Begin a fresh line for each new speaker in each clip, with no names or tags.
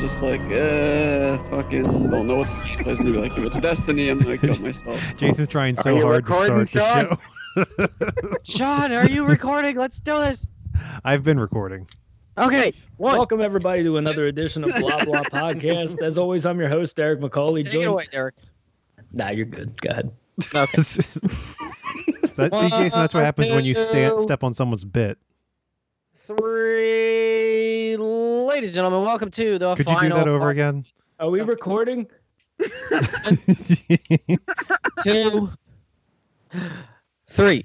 just like, uh, fucking don't know what the is gonna be like. If it's Destiny, I'm gonna kill myself.
Jason's trying
Are
so
you
hard to
recording,
start the
Sean?
show.
John, are you recording? Let's do this.
I've been recording.
Okay. One.
Welcome everybody to another edition of Blah Blah Podcast. As always, I'm your host Eric McCauley.
Take it
joined-
away, Derek.
Nah, you're good. Go ahead.
Okay.
So that- see, Jason, that's what happens when you stand, step on someone's bit.
Three. Ladies and gentlemen, welcome to the
Could you
final.
do that over again?
Are we recording?
Two. Three.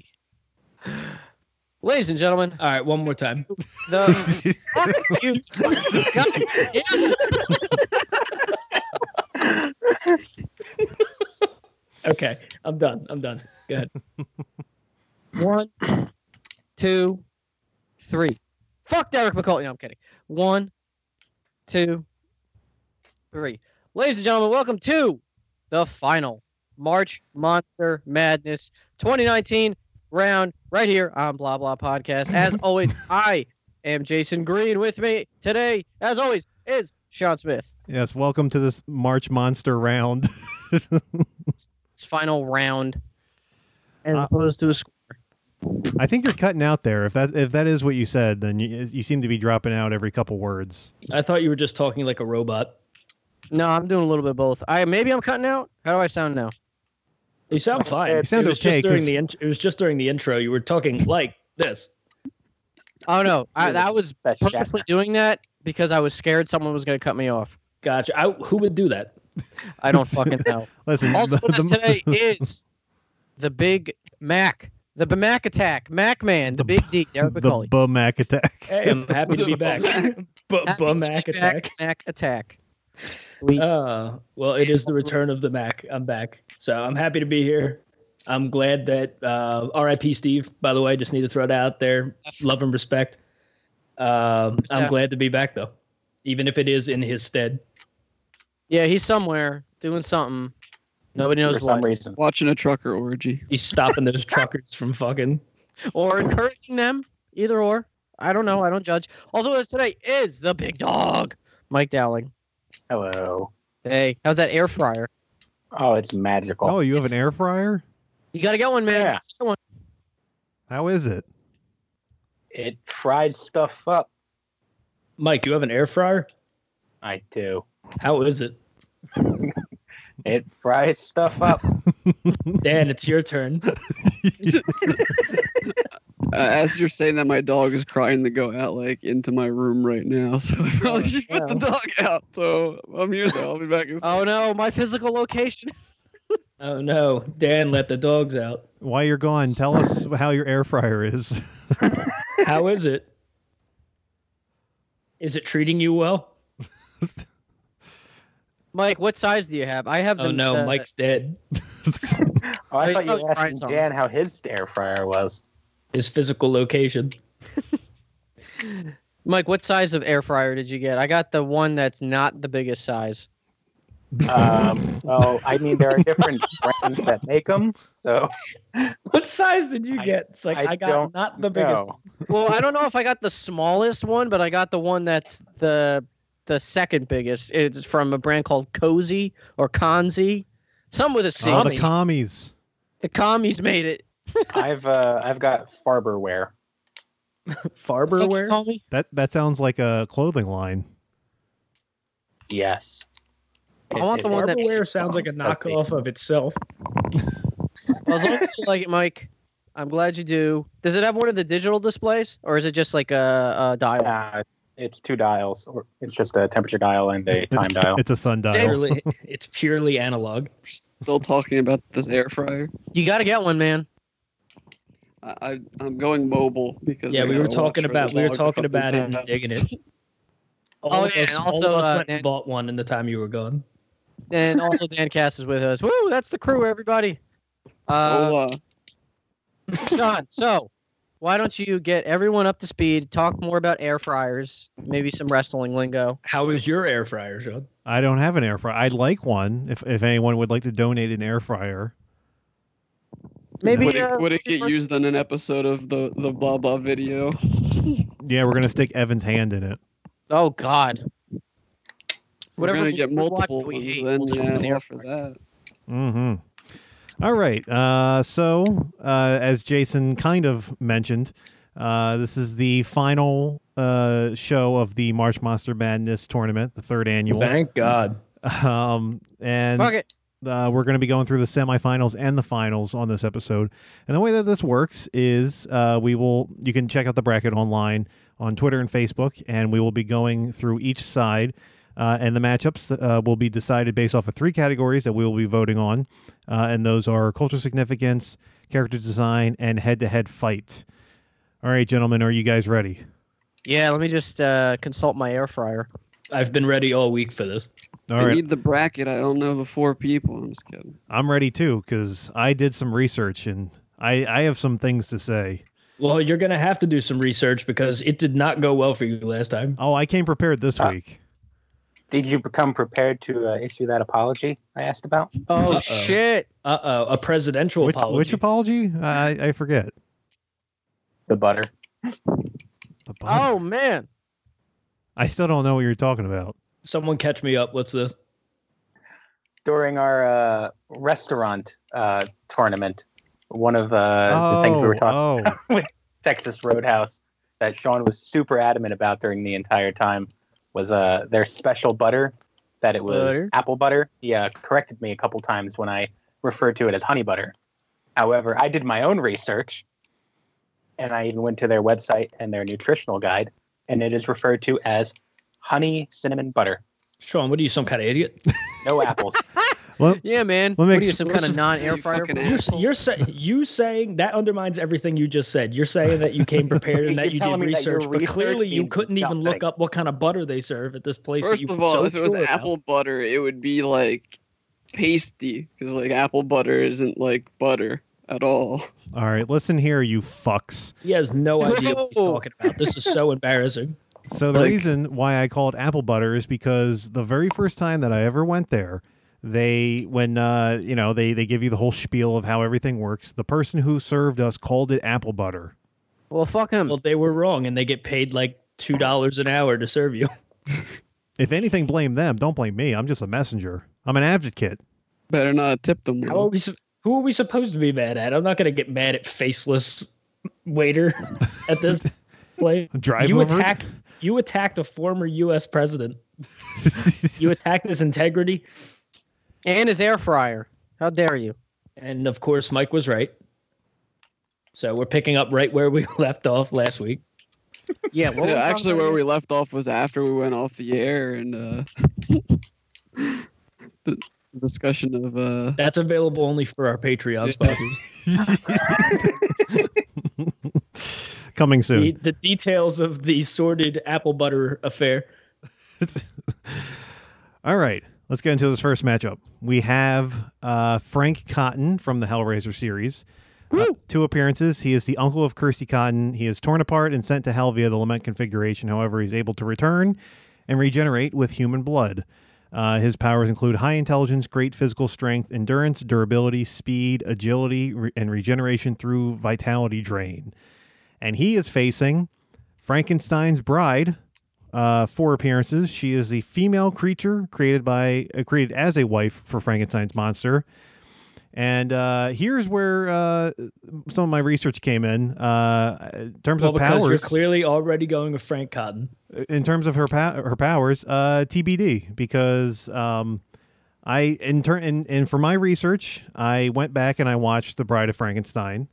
Ladies and gentlemen,
All right, one more time.
the fuck you. God damn it.
Okay, I'm done. I'm done. Go ahead.
One, two, three. Fuck Derek McCauley. No, I'm kidding. One, two, three. Ladies and gentlemen, welcome to the final March Monster Madness 2019 round right here on Blah Blah Podcast. As always, I am Jason Green. With me today, as always, is Sean Smith.
yes, welcome to this March Monster round.
It's final round as
Uh,
opposed to a score.
I think you're cutting out there. If that if that is what you said, then you, you seem to be dropping out every couple words.
I thought you were just talking like a robot.
No, I'm doing a little bit of both. I maybe I'm cutting out. How do I sound now?
You sound fine.
You sound
it was
okay,
just during
'cause-
the int- it was just during the intro. You were talking like this.
Oh no, I,
You're
that
the
was
best
purposely doing that because I was scared someone was going to cut me off.
Gotcha. I, who would do that?
I don't fucking know.
Listen,
Also
the-
with us
the-
today is the Big Mac, the B- Mac attack, Mac man, the,
The
Big D, Derek
the
McCauley.
bum Mac attack.
Hey, I'm happy to be back. Bu-
Happy
bu-
to
Mac
be back,
attack.
Mac attack. Sweet.
Uh, well, it is the return of the Mac. I'm back. So I'm happy to be here. I'm glad that uh, RIP Steve, by the way, just need to throw that out there. Love and respect. Um, I'm
Steph.
glad to be back, though, even if it is in his stead.
yeah, he's somewhere doing something. Nobody
for
knows
some
what.
reason.
Watching a trucker orgy.
He's stopping those truckers from fucking.
Or encouraging them, either or. I don't know. I don't judge. Also with us today is the Big Dog, Mike Dowling.
Hello.
Hey, how's that air fryer?
Oh, it's magical.
Oh, you have an air fryer?
You gotta get one, man.
Yeah.
Get one.
How is it?
It fried stuff up.
Mike, you have an air fryer?
I do.
How is it?
It fries stuff up.
Dan, it's your turn.
Uh, as you're saying that, my dog is crying to go out like into my room right now, so I probably should put the dog out. So I'm here now. I'll be back. In
Oh no, my physical location.
Oh, no. Dan let the dogs out.
While you're gone, tell us how your air fryer is.
How is it? Is it treating you well?
Mike, what size do you have? I have the.
Oh, no.
the-
Mike's dead.
Oh, I
There's
thought you
no
were
fries
asking
on
Dan how his air fryer was.
His physical location.
Mike, what size of air fryer did you get? I got the one that's not the biggest size.
Um, well, I mean, there are different brands that make them, so
What size did you
I-
get? it's like I,
I
got
don't
not the biggest.
no.
Well, I don't know if I got the smallest one, but I got the one that's the the second biggest. It's from a brand called Cozy or Conzi, some with a C.
oh, the
the,
commies.
commies made it.
I've uh, I've got Farberware.
Fuck you
Farberware.
call me?
That that sounds like a clothing line.
Yes.
I want the one that-
Farberware sounds like a knockoff of itself.
Well, as long as you like it, Mike. I'm glad you do. Does it have one of the digital displays, or is it just like a, a dial?
Uh, it's two dials, or it's just a temperature dial and a time dial.
It's a sundial.
Purely, it's purely analog.
Still talking about this air fryer.
You gotta get one, man.
I, I I'm going mobile because
Yeah,
I
we were
gotta
talking
watch for
about-
the
we were
dog to
talking about
fucking
it and
pass.
digging it. All
Oh,
of
yeah,
us,
and
all
also,
of us
uh,
went
Dan-
and bought one in the time you were gone.
and also Dan Cass is with us. Woo, that's the crew, everybody.
Oh,
Uh,
Hola. Oh.
Sean, so why don't you get everyone up to speed? Talk more about air fryers, maybe some wrestling lingo.
How is your air fryer, Sean?
I don't have an air fryer. I'd like one if, if anyone would like to donate an air fryer.
Maybe
would,
uh,
it, would it get used on an episode of the the blah blah video?
Yeah, we're gonna stick Evan's hand in it.
Oh God,
We're
Oh, Whatever
gonna
we-
get
we watch that
multiple.
we hate,
then
we'll just put it
yeah,
in
offer that.
Mm-hmm. All right. Uh, so, uh, as Jason kind of mentioned, uh, this is the final uh, show of the March Monster Madness tournament, the third annual.
Thank God.
Um, and
Fuck it.
uh, we're going to be going through the semifinals and the finals on this episode. And the way that this works is uh, we will you can check out the bracket online on Twitter and Facebook, and we will be going through each side. Uh, and the matchups uh, will be decided based off of three categories that we will be voting on, uh, and those are cultural significance, character design, and head-to-head fight. All right, gentlemen, are you guys ready?
Yeah, let me just uh, consult my air fryer.
I've been ready all week for this.
All
I
right,
need the bracket. I don't know the four people. I'm just kidding.
I'm ready too because I did some research and I, I have some things to say.
Well, you're gonna have to do some research because it did not go well for you last time.
Oh, I came prepared this
Uh,
week.
Did you become prepared to uh, issue that apology I asked about?
Oh
Uh-oh.
shit!
Uh oh, a presidential
which,
apology.
which apology? I, I forget.
The butter.
The bottom.
Oh man!
I still don't know what you're talking about.
Someone catch me up. What's this?
During our uh, restaurant uh, tournament, one of uh, the things we were talking
oh,
Texas Roadhouse that Sean was super adamant about during the entire time was uh, their special butter, that it was
Butter?
apple butter. He uh, corrected me a couple times when I referred to it as honey butter. However, I did my own research and I even went to their website and their nutritional guide, and it is referred to as honey cinnamon butter.
Sean, what are you, some kind of idiot?
No apples.
Let-
Yeah, man.
Let me
what are you,
ex-
some kind of non-air
You
fryer?
fucking
bro?
ass.
You're, you're, say, you saying that undermines everything you just said. You're saying that you came prepared and
You're
that you did
telling me that your
research, but
research
clearly you
means
couldn't even look
nothing.
up what kind of butter they serve at this place. that
First
you
of
were
all,
so
if it was
sure about.
apple butter, it would be like pasty because like apple butter isn't like butter at all.
all right, listen here, you fucks.
he has no idea what he's
No.
talking about. This is so embarrassing.
So the
Like-
reason why I called apple butter is because the very first time that I ever went there, they when uh you know they they give you the whole spiel of how everything works. The person who served us called it apple butter.
Well, fuck him.
Well, they were wrong, and they get paid like two dollars an hour to serve you.
If anything, blame them. Don't blame me. I'm just a messenger. I'm an advocate.
Better not have tipped them.
How are
Will.
we? su- Who are we supposed to be mad at? I'm not gonna get mad at faceless waiter at this place.
Drive
you
over.
attack. You attacked a former U.S. president. You attacked his integrity,
and his air fryer. How dare you?
and of course, Mike was right. So we're picking up right where we left off last week.
Yeah. What
Yeah,
were we
actually,
talking
where
about
we left off was after we went off the air and uh, the discussion of uh,
That's available only for our Patreon sponsors.
Coming
the,
soon.
the details of the sordid apple butter affair.
All right, let's get into this first matchup. We have uh, Frank Cotton from the Hellraiser series. Uh, two appearances. He is the uncle of Kirsty Cotton. He is torn apart and sent to hell via the Lament configuration. However, he's able to return and regenerate with human blood. Uh, his powers include high intelligence, great physical strength, endurance, durability, speed, agility, re- and regeneration through vitality drain. And he is facing Frankenstein's bride, uh, four appearances. She is the female creature created by uh, created as a wife for Frankenstein's monster. And uh, here's where uh, some of my research came in. Uh, in terms
Well,
of
because you're
powers,
clearly already going with Frank Cotton.
in terms of her pow- her powers, uh, TBD. Because um, I in turn and, and for my research, I went back and I watched The Bride of Frankenstein.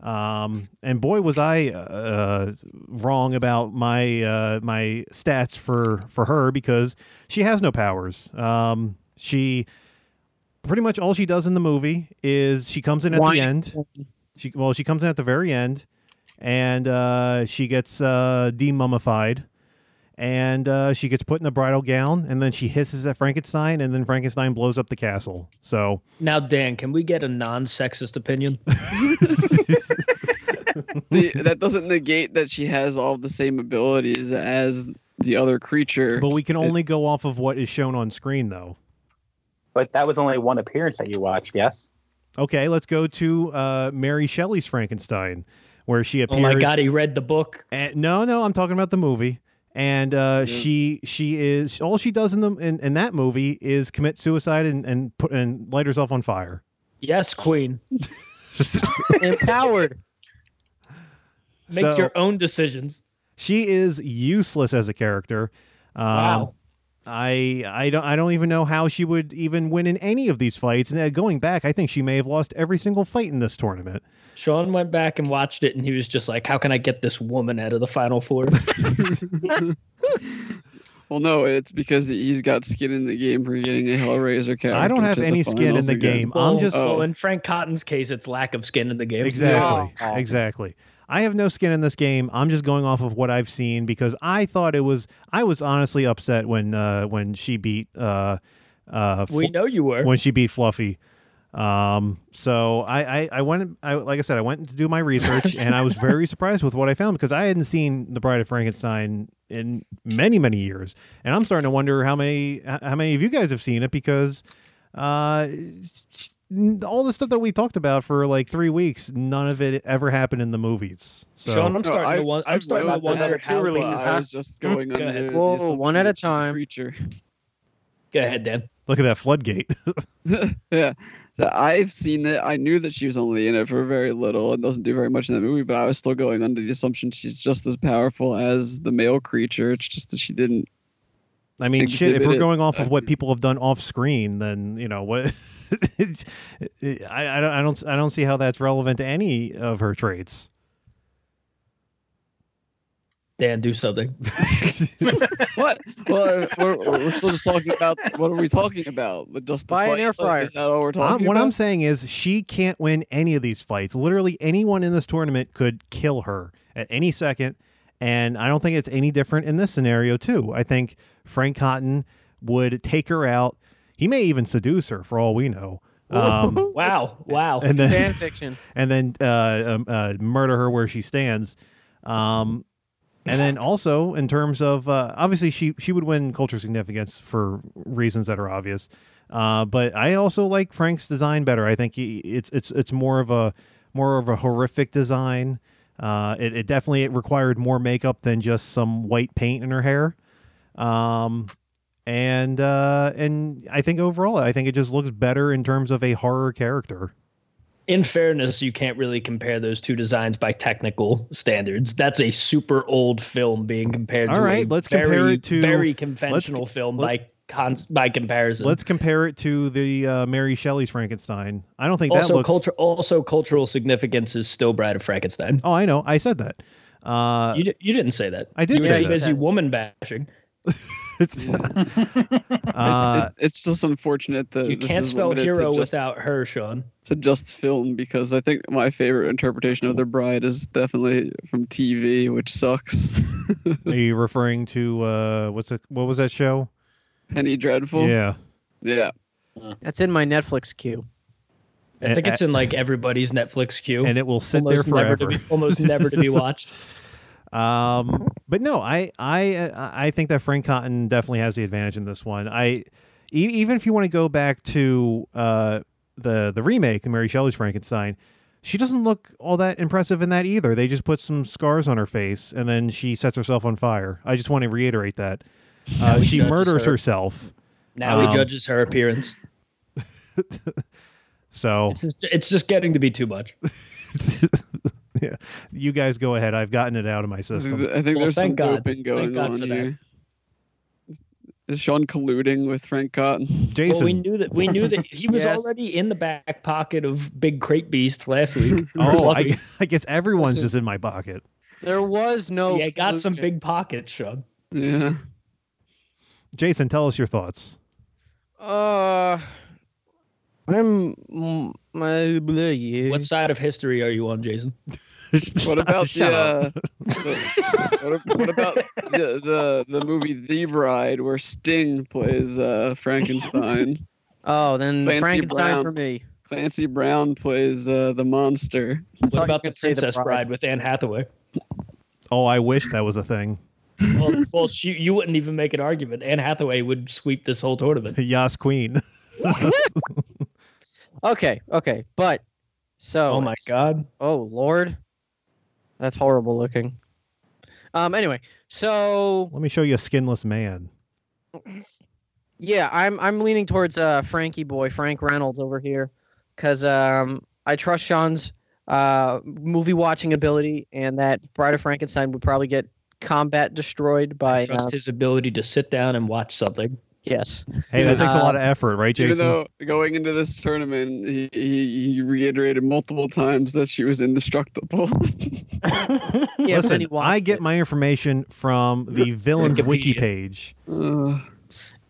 Um, and boy, was I uh, wrong about my uh, my stats for for her because she has no powers. Um, she pretty much all she does in the movie is she comes in at
Whine.
the end. She well, she comes in at the very end, and uh, she gets uh, demummified, and uh, she gets put in a bridal gown, and then she hisses at Frankenstein, and then Frankenstein blows up the castle. So
Now, Dan, can we get a non-sexist opinion?
the, that doesn't negate that she has all the same abilities as the other creature.
but we can only go off of what is shown on screen, though.
But that was only one appearance that you watched, yes?
Okay, let's go to uh, Mary Shelley's Frankenstein, where she
Oh
appears.
my God, he read the book.
And, no, no, I'm talking about the movie. and
Yeah.
uh, she she is all she does in the in, in that movie is commit suicide and and put and light herself on fire.
Yes, Queen.
Empowered.
Make
So-
your own decisions.
She is useless as a character. Um,
Wow.
I I don't I don't even know how she would even win in any of these fights. And uh, going back, I think she may have lost every single fight in this tournament.
Sean went back and watched it, and he was just like, "How can I get this woman out of the final four?
Well, no, it's because he's got skin in the game for getting a Hellraiser character.
I don't have
to
any skin in
finals
the
again.
game.
Well,
I'm just
oh.
well, in Frank Cotton's case, it's lack of skin in the game.
exactly
Wow.
exactly. I have no skin in this game. I'm just going off of what I've seen because I thought it was I was honestly upset when uh when she beat uh uh
We know you were.
when she beat Fluffy. Um, so I, I, I went, I, like I said, I went to do my research and I was very surprised with what I found because I hadn't seen The Bride of Frankenstein in many, many years. And I'm starting to wonder how many, h- how many of you guys have seen it because, uh, sh- all the stuff that we talked about for like three weeks, none of it ever happened in the movies. So
Sean,
No,
I'm starting
I-
to one.
I
I'm starting to
wrote
that
wonder
out. Two
how.
Well,
releases.
I was just going
Go ahead.
under the
Whoa,
assumption
one at a
that she's
time.
Creature.
Go ahead, Dan.
look at that floodgate.
yeah. So I've seen it. I knew that she was only in it for very little and doesn't do very much in that movie, but I was still going under the assumption she's just as powerful as the male creature. It's just that she didn't.
I mean, shit. If we're
Exhibited.
going off of what people have done off screen, then you know what. it's- I, I don't. I don't. I don't see how that's relevant to any of her traits.
Dan, do something.
What? Well, uh, we're, we're still just talking about what are we talking about? But Just the
Buy an
fight?
air
Like,
fryer.
Is that all we're
I'm,
talking
what
about?
I'm saying is, she can't win any of these fights. Literally, anyone in this tournament could kill her at any second, and I don't think it's any different in this scenario too. I think Frank Cotton would take her out. He may even seduce her, for all we know. Um,
Wow, wow.
and then
Fan fiction.
and then uh, um, uh, murder her where she stands. Um, and then also in terms of uh, obviously she she would win culture significance for reasons that are obvious. Uh, but I also like Frank's design better. I think he, it's it's it's more of a more of a horrific design. Uh, it, it definitely it required more makeup than just some white paint in her hair. Um, and uh, and I think overall, I think it just looks better in terms of a horror character.
in fairness, you can't really compare those two designs by technical standards. That's a super old film being compared
All
to
right,
a
let's
very,
compare it to-
very conventional film
let-
by con- by comparison.
Let's compare it to the uh, Mary Shelley's Frankenstein. I don't think that
also
looks.
culture also cultural significance is still Bride of Frankenstein.
oh, I know. I said that. Uh,
you, di- you didn't say that.
I did
you
say
were
that.
busy woman bashing.
uh,
It- it's just unfortunate that
You
Uh, this
can't
is
spell
limited to
hero
just-
without her, Sean.
to just film because I think my favorite interpretation of The Bride is definitely from TV, which sucks.
are you referring to uh, what's it? What was that show?
Penny Dreadful.
Yeah,
Yeah.
That's in my Netflix queue.
I think
And-
it's in like everybody's Netflix queue.
and it will sit there
almost never to
forever.
be almost never to be watched.
Um, but no, I I uh, I think that Frank Cotton definitely has the advantage in this one. I e- even if you want to go back to uh, the the remake, Mary Shelley's Frankenstein, she doesn't look all that impressive in that either. They just put some scars on her face and then she sets herself on fire. I just want to reiterate that uh,
we
she
judges
murders
her.
herself.
Now
Um,
he judges her appearance.
So Oh.
It's just, it's just getting to be too much.
yeah, you guys go ahead. I've gotten it out of my
I think
system.
there's some
thank God.
doping going
Thank God
on
for that.
here. Is Sean colluding with Frank Cotton?
Jason,
Well, we knew that we knew that he was
Yes.
already in the back pocket of Big Crate Beast last week.
oh,
Lucky.
I, I guess everyone's
Listen.
just in my pocket.
There was no.
yeah, got some
solution.
big pockets, Sean.
Yeah.
Jason, tell us your thoughts.
Uh, I'm. mm, My, blah, yeah.
What side of history are you on, Jason?
What about the,
Shut up.
uh, the- what, what about the, the the movie The Bride where Sting plays uh, Frankenstein,
Oh, then
Clancy
Frankenstein
Brown.
for me.
Clancy Brown plays uh, the monster?
thought you
What about the
could say The
Princess
Bride.
Bride. with Anne Hathaway?
Oh, I wish that was a thing.
Well, well she, you wouldn't even make an argument. Anne Hathaway would sweep this whole tournament.
Yas Queen.
Okay, okay, but so.
Oh, my
it's-
God!
Oh Lord, that's horrible looking. Um, anyway, so
Let me show you a skinless man.
Yeah, I'm I'm leaning towards uh, Frankie boy, Frank Reynolds over here, because um, I trust Sean's uh, movie watching ability, and that Bride of Frankenstein would probably get combat destroyed by.
trust
uh,
his ability to sit down and watch something.
yes.
Hey, that takes a lot
Uh,
of effort, right,
Even
Jason?
though going into this tournament, he, he, he reiterated multiple times that she was indestructible.
Yeah, but then
Listen,
he watched
I get
it.
my information from the villains wiki
Wikipedia.
page.
uh,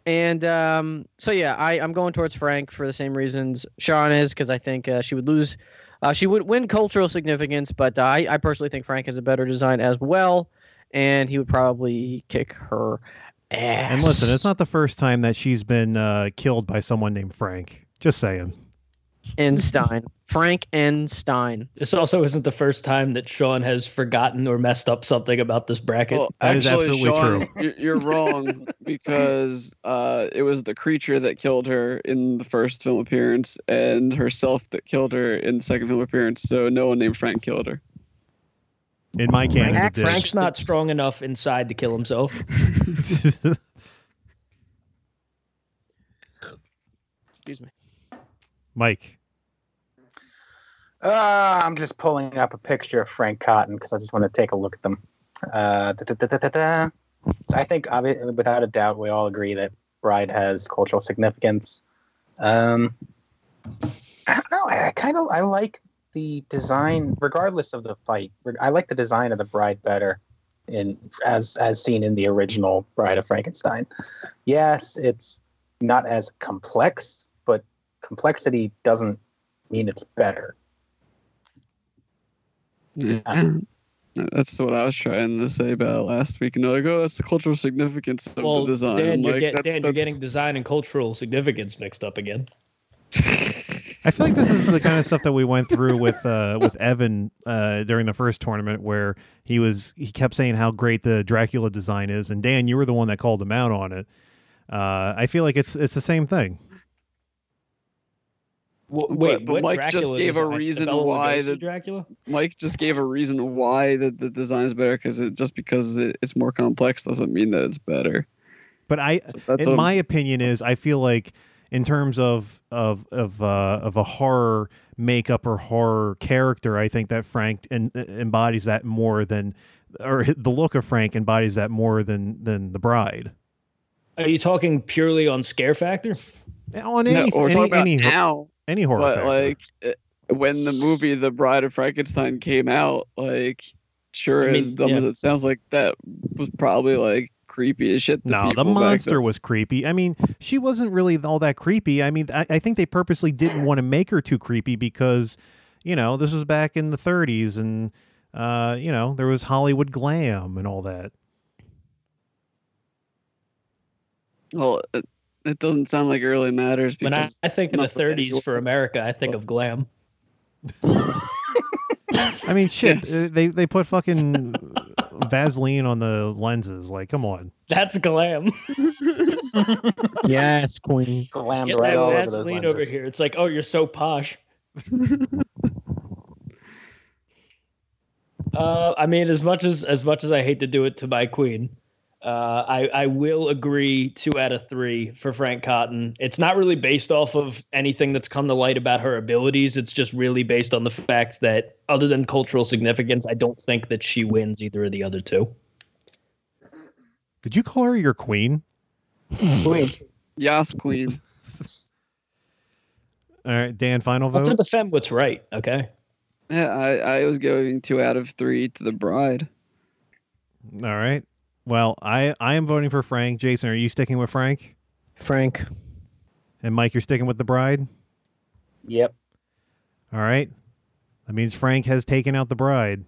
And um, so yeah, I I'm going towards Frank for the same reasons Sean is, because I think uh, she would lose. Uh, she would win cultural significance, but uh, I I personally think Frank has a better design as well, and he would probably kick her ass.
And listen, it's not the first time that she's been uh, killed by someone named Frank. Just saying.
and Stein. Frank and Stein.
This also isn't the first time that Sean has forgotten or messed up something about this bracket.
well,
That is
actually,
absolutely
Sean, You're, you're wrong because uh, it was the creature that killed her in the first film appearance and herself that killed her in the second film appearance. So no one named Frank killed her.
In my canon, it
Frank-
did.
Frank's not strong enough inside to kill himself.
Excuse me.
Mike.
Uh, I'm just pulling up a picture of Frank Cotton because I just want to take a look at them. Uh, da, da, da, da, da, da. So I think, obvi- without a doubt, we all agree that Bride has cultural significance. Um, I don't know. I, I kind of I like the design, regardless of the fight. Re- I like the design of the Bride better, in as as seen in the original Bride of Frankenstein. Yes, it's not as complex, but complexity doesn't mean it's better.
Yeah. Uh, That's what I was trying to say about last week. And they're like, oh, that's the cultural significance of
Well,
the design.
Dan,
I'm
you're,
like,
get-
that-
Dan you're getting
that's-
design and cultural significance mixed up again.
I feel like this is the kind of stuff that we went through with uh, with Evan uh, during the first tournament, where he was he kept saying how great the Dracula design is, and Dan, you were the one that called him out on it. Uh, I feel like it's it's the same thing.
W-
But-
wait,
but
what
Mike just
Dracula
gave a
design?
reason
Bela
why
Lugosi
the-
Dracula.
Mike just gave a reason why the, the design is better because it just because it, it's more complex doesn't mean that it's better.
But I,
So that's what
in
I'm-
my opinion, is I feel like in terms of of of uh, of a horror makeup or horror character, I think that Frank en- embodies that more than, or the look of Frank embodies that more than than the bride.
Are you talking purely on scare factor?
On
no,
any
we're
any,
talking about
any,
now,
any horror,
but
factor.
like it- when the movie The Bride of Frankenstein came out, like sure
I mean,
as dumb
yeah.
as it sounds, like that was probably like creepy as shit. to
No, the
people back then.
monster was creepy. I mean, she wasn't really all that creepy. I mean, I, I think they purposely didn't want to make her too creepy because, you know, this was back in the 30s and, uh, you know, there was Hollywood glam and all that.
Well, it, it doesn't sound like it really matters
When I,
because
I think of the
not that anyone-
30s for America, I think of glam.
I mean, shit, uh, they they put fucking Vaseline on the lenses. Like, come on.
That's glam.
Yes, Queen.
glammed
Get
right
that
all over those
Vaseline over
lenses.
here. It's like, oh, you're so posh. uh, I mean, as much as as much as I hate to do it to my queen, uh, I I will agree two out of three for Frank Cotton. It's not really based off of anything that's come to light about her abilities. It's just really based on the fact that, other than cultural significance, I don't think that she wins either of the other two.
Did you call her your queen?
Yas Queen.
All right, Dan, final
Let's
vote.
defend what's right, okay?
Yeah, I, I was giving two out of three to the bride.
All right. Well, I, I am voting for Frank. Jason, are you sticking with Frank?
Frank.
And Mike, you're sticking with the bride?
Yep.
All right. That means Frank has taken out the bride.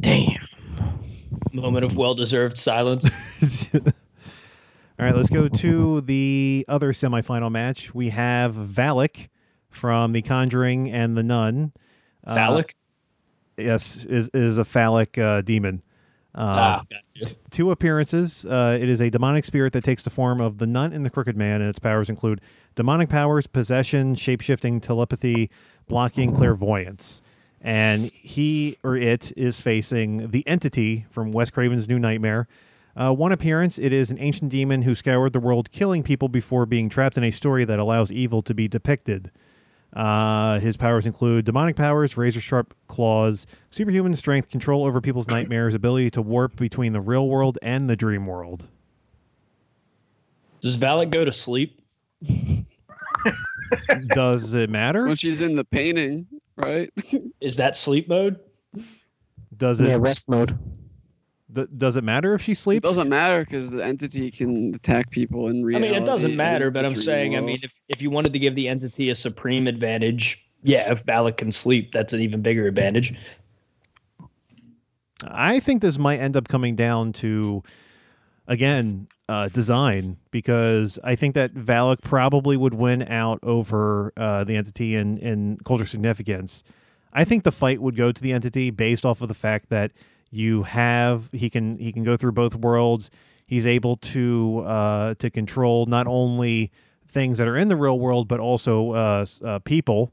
Damn.
Moment of well deserved silence.
All right, let's go to the other semifinal match. We have Valak from The Conjuring and The Nun. Uh,
Phallic.
yes, is is a phallic uh, demon. Uh,
ah, gotcha.
t- two appearances. Uh, it is a demonic spirit that takes the form of the nun and the crooked man, and its powers include demonic powers, possession, shapeshifting, telepathy, blocking, clairvoyance. and he or it is facing the entity from Wes Craven's New Nightmare. Uh, one appearance, it is an ancient demon who scoured the world, killing people before being trapped in a story that allows evil to be depicted. Uh, his powers include demonic powers, razor sharp claws, superhuman strength, control over people's nightmares, ability to warp between the real world and the dream world.
Does Valak go to sleep?
Does it matter?
When she's in the painting, right?
Is that sleep mode?
Does
Yeah,
it
rest mode.
th- does it matter if she
It
sleeps?
doesn't matter because the entity can attack people in
I
reality.
mean, it doesn't
and
matter, but
the
I'm
dream
saying, I
world.
mean, if, if you wanted to give the entity a supreme advantage, yeah, if Valak can sleep, that's an even bigger advantage.
I think this might end up coming down to, again, uh, design because I think that Valak probably would win out over uh, the entity in, in culture significance. I think the fight would go to the entity based off of the fact that you have he can he can go through both worlds. He's able to uh, to control not only things that are in the real world but also uh, s- uh, people.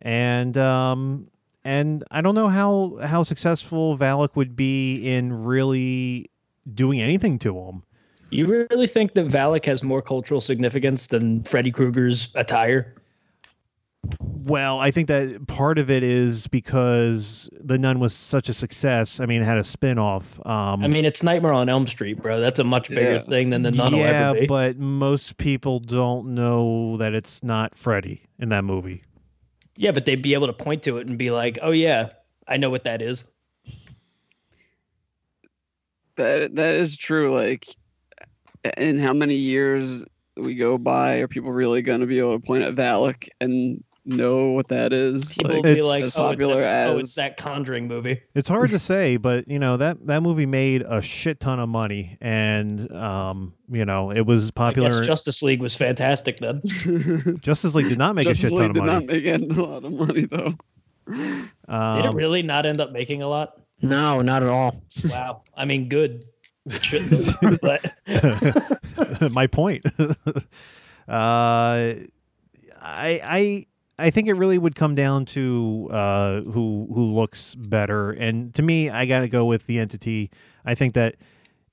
And um, and I don't know how how successful Valak would be in really doing anything to him.
You really think that Valak has more cultural significance than Freddy Krueger's attire?
Well, I think that part of it is because the nun was such a success. I mean, it had a spin-off. Um,
I mean, it's Nightmare on Elm Street, bro. That's a much bigger
Yeah.
thing than the nun will
yeah,
ever be.
but most people don't know that it's not Freddy in that movie.
yeah, but they'd be able to point to it and be like, oh, yeah, I know what that is.
that that is true. Like, in how many years we go by, are people really going to be able to point at Valak and know what that is?
People
Like,
would be
as
it's
like, oh, it's that,
popular
oh, it's
as-
that Conjuring movie.
It's hard to say, but you know that that movie made a shit ton of money, and um, you know it was
Popular.
popular.
Justice League was fantastic then.
Justice League did not make
Justice
a shit ton
League
of
did
money.
not make a lot of money though.
Did it
Um,
really not end up making a lot?
No, not at all.
Wow. I mean, good. It shouldn't have, but
my point. uh, I I I think it really would come down to uh, who who looks better, and to me, I gotta go with the entity. I think that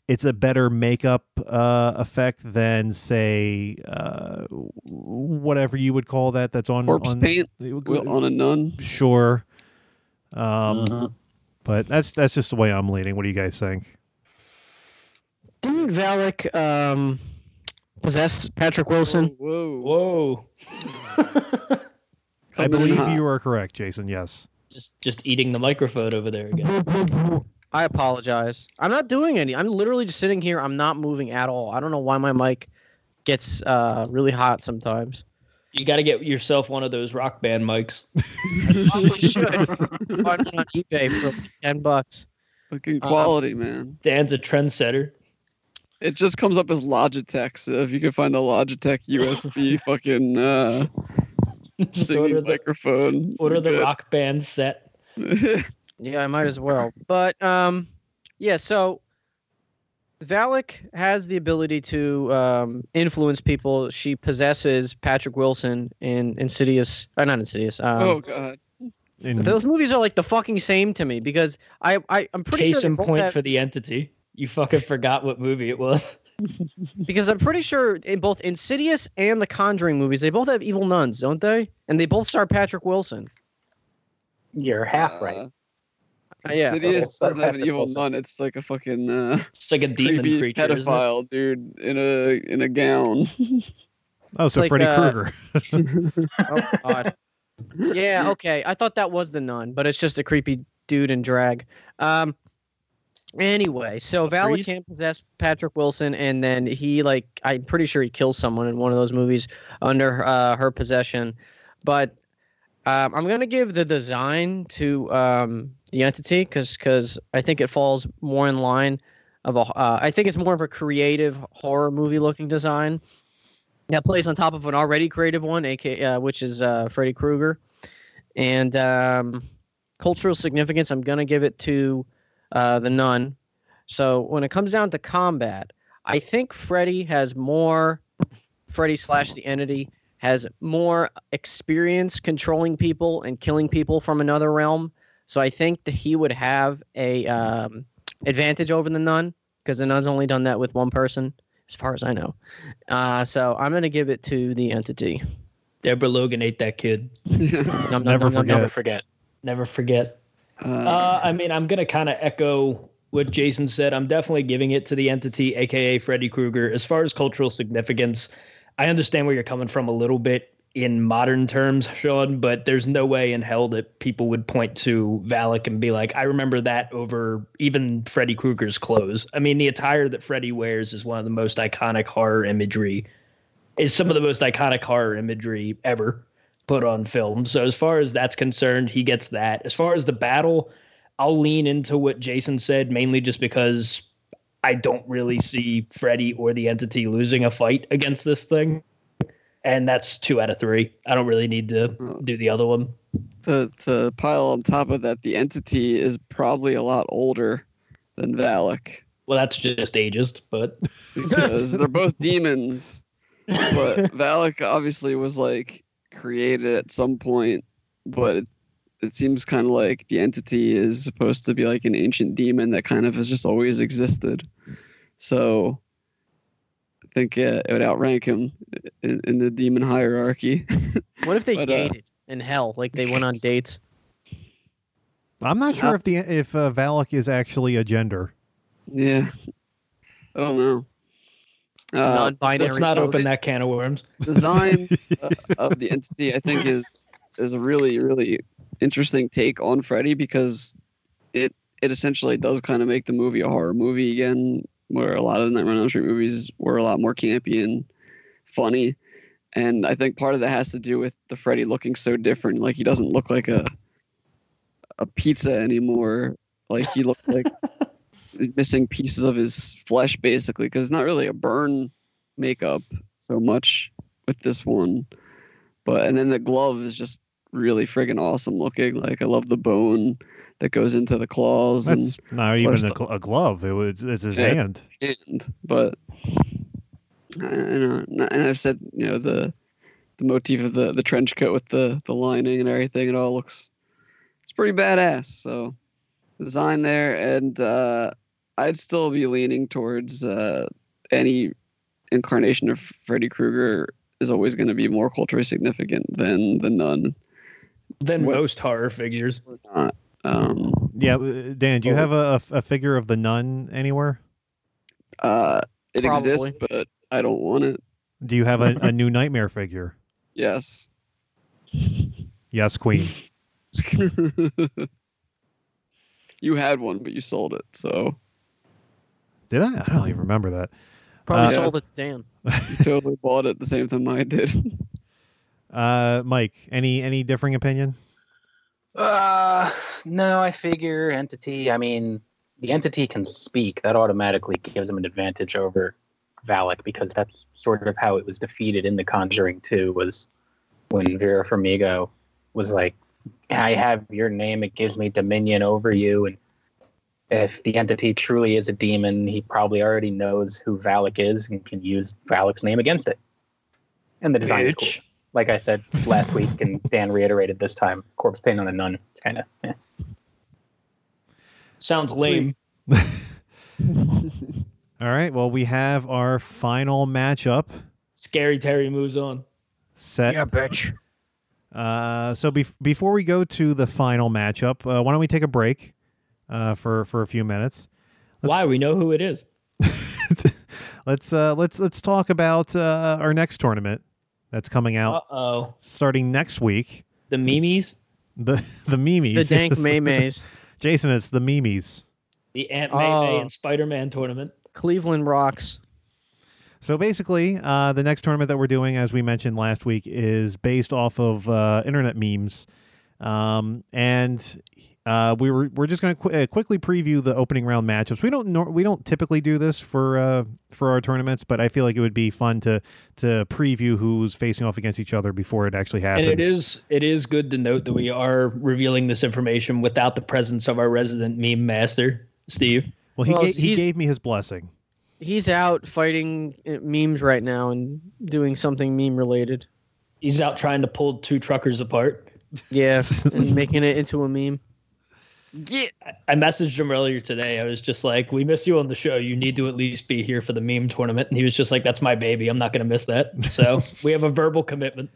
it's a better makeup uh, effect than say uh, whatever you would call that. That's on
Corpse
on,
paint on a nun.
Sure, um,
Uh-huh.
but that's that's just the way I'm leaning. What do you guys think?
Didn't Valak um, possess Patrick Wilson?
Whoa,
whoa.
I
Coming in
believe
hot.
you are correct, Jason. Yes.
just just eating the microphone over there again.
I apologize. I'm not doing any. I'm literally just sitting here. I'm not moving at all. I don't know why my mic gets uh, really hot sometimes.
You got to get yourself one of those rock band mics.
Probably should. Bought it on eBay for like ten bucks.
Fucking
Uh,
quality, man.
Dan's a trendsetter.
It just comes up as Logitech. So if you can find a Logitech USB fucking uh,
Just
singing
order the,
microphone,
order
you're
the
good.
rock band set.
Yeah, I might as well. But um, yeah. So Valak has the ability to um, influence people. She possesses Patrick Wilson in Insidious. Uh, not Insidious. Um,
oh god,
in-
Those movies are like the fucking same to me because I, I I'm pretty
Case
sure they
in
both
point
have-
for the entity. You fucking forgot what movie it was.
because I'm pretty sure in both Insidious and the Conjuring movies they both have evil nuns, don't they? And they both star Patrick Wilson.
You're half right.
Uh,
Uh, yeah.
Insidious doesn't
Okay.
have an
Patrick
evil
Wilson.
nun. It's like a fucking uh,
It's like a demon
creepy
creature. isn't it?
pedophile dude in a in a gown.
oh, so
like,
Freddy
uh,
Krueger.
Oh God. yeah. Okay. I thought that was the nun, but it's just a creepy dude in drag. Um. Anyway, so Valak
priest?
can possess Patrick Wilson, and then he like I'm pretty sure he kills someone in one of those movies under uh, her possession. But um, I'm gonna give the design to um, the entity because I think it falls more in line of a uh, I think it's more of a creative horror movie looking design that plays on top of an already creative one, aka uh, which is uh, Freddy Krueger, and um, cultural significance. I'm gonna give it to uh, the Nun. So when it comes down to combat, I think Freddy has more Freddy slash the entity has more experience controlling people and killing people from another realm. So I think that he would have a um, advantage over the nun because the nun's only done that with one person, as far as I know. Uh, so I'm gonna give it to the entity.
Deborah Logan ate that kid.
Nom, nom,
Never forget.
nom, nom, nom.
Never forget.
Never forget.
Uh,
Uh, I mean, I'm gonna kind of echo what Jason said. I'm definitely giving it to the entity, aka Freddy Krueger. As far as cultural significance, I understand where you're coming from a little bit in modern terms, Sean, but there's no way in hell that people would point to Valak and be like, I remember that over even Freddy Krueger's clothes. I mean, the attire that Freddy wears is one of the most iconic horror imagery, is some of the most iconic horror imagery ever put on film. So as far as that's concerned, he gets that. As far as the battle, I'll lean into what Jason said mainly just because I don't really see Freddy or the entity losing a fight against this thing. And that's two out of three. I don't really need to do the other one.
to to pile on top of that, the entity is probably a lot older than Valak
Well, that's just ageist, but
because they're both demons. But Valak obviously was like created at some point, but it, it seems kind of like the entity is supposed to be like an ancient demon that kind of has just always existed. So I think uh, it would outrank him in, in the demon hierarchy.
What if they
But, uh,
dated in hell? Like they went on dates.
I'm not sure if the if uh, Valak is actually a gender.
yeah, I don't know. Uh,
non-binary.
let's not
so
open
the-
that can of worms.
design uh, of the entity i think is is a really really interesting take on freddy because it it essentially does kind of make the movie a horror movie again where a lot of the nightmare on elm street movies were a lot more campy and funny and i think part of that has to do with the freddy looking so different like he doesn't look like a a pizza anymore like he looks like he's missing pieces of his flesh basically because it's not really a burn makeup so much with this one. But and then the glove is just really friggin' awesome looking. Like I love the bone that goes into the claws
That's not even
Where's
a,
the-
gl- a glove. It was it's his
Yeah.
hand.
and end. But I, I don't know, and I've said you know the the motif of the the trench coat with the the lining and everything. It all looks it's pretty badass. So design there, and uh, I'd still be leaning towards uh, any incarnation of Freddy Krueger is always going to be more culturally significant than the nun.
Than
What-
most horror figures.
Or not. Um,
Yeah, uh, Dan, do you
Oh.
have a, a figure of the nun anywhere?
uh, it exists, but I don't want it.
Do you have a, a new nightmare figure?
Yes.
Yes, Queen.
you had one, but you sold it. So
Did I? I don't even remember that.
Probably
Uh,
sold it to Dan.
you totally bought it at the same time I did.
Uh, Mike, any any differing opinion?
Uh, no, I figure entity. I mean, the entity can speak. That automatically gives him an advantage over Valak because that's sort of how it was defeated in The Conjuring 2 was when Vera Farmiga was like, I have your name. It gives me dominion over you. And if the entity truly is a demon, he probably already knows who Valak is and can use Valak's name against it. And the design is cool
Bitch.
like I said last week, and Dan reiterated this time, corpse paint on a nun, kind of.
Sounds lame.
All right. Well, we have our final matchup
Scary Terry moves on.
set.
bitch.
Uh, so bef- before we go to the final matchup, uh, why don't we take a break uh, for for a few minutes?
Why? We know who it is.
let's uh, let's let's talk about uh, our next tournament that's coming out
Uh oh.
starting next week.
The memes,
The the memes.
The dank maymays.
Jason, it's the memes.
the Aunt
Oh.
May May and Spider Man tournament.
Cleveland rocks.
So basically, uh, the next tournament that we're doing, as we mentioned last week, is based off of uh, internet memes, um, and uh, we were we're just going to qu- uh, quickly preview the opening round matchups. We don't nor- we don't typically do this for uh, for our tournaments, but I feel like it would be fun to to preview who's facing off against each other before it actually happens.
And it is it is good to note that we are revealing this information without the presence of our resident meme master, Steve.
well, he
Well,
ga- he
he's-
gave me his blessing.
He's out fighting uh, memes right now and doing something meme related.
he's out trying to pull two truckers apart.
Yeah, and making it into a meme.
Get
I messaged him earlier today. I was just like, "We miss you on the show. You need to at least be here for the meme tournament." And he was just like, "That's my baby. I'm not going to miss that." So we have a verbal commitment.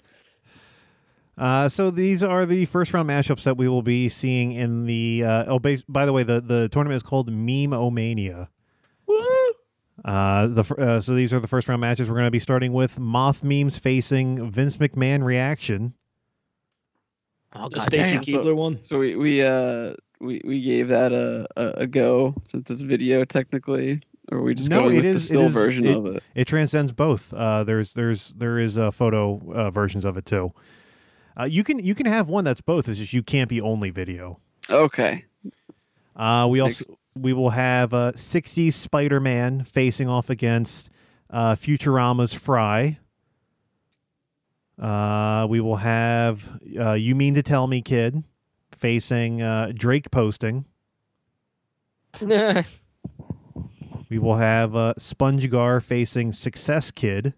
Uh, so these are the first round matchups that we will be seeing in the. Uh, oh, base, by the way, the, the tournament is called Meme Omania. Uh, the fir- uh, so these are the first round matches. We're going to be starting with Moth memes facing Vince McMahon reaction.
Oh
The
god,
Stacy
damn, so-
Keebler one.
So we we uh we, we gave that a, a a go since it's video technically, or are we just
No,
going
it
with the
is- it
still
is-
version
it-
of it.
It transcends both. Uh, there's there's there is uh, photo uh, versions of it too. Uh, you can you can have one that's both. It's just you can't be only video.
Okay.
Uh, we
Makes-
also we will have uh, 60s Spider Man facing off against uh, Futurama's Fry. Uh, we will have uh, You Mean to Tell Me Kid facing uh, Drake posting.
damn.
We will have uh, Sponge Gar facing Success Kid.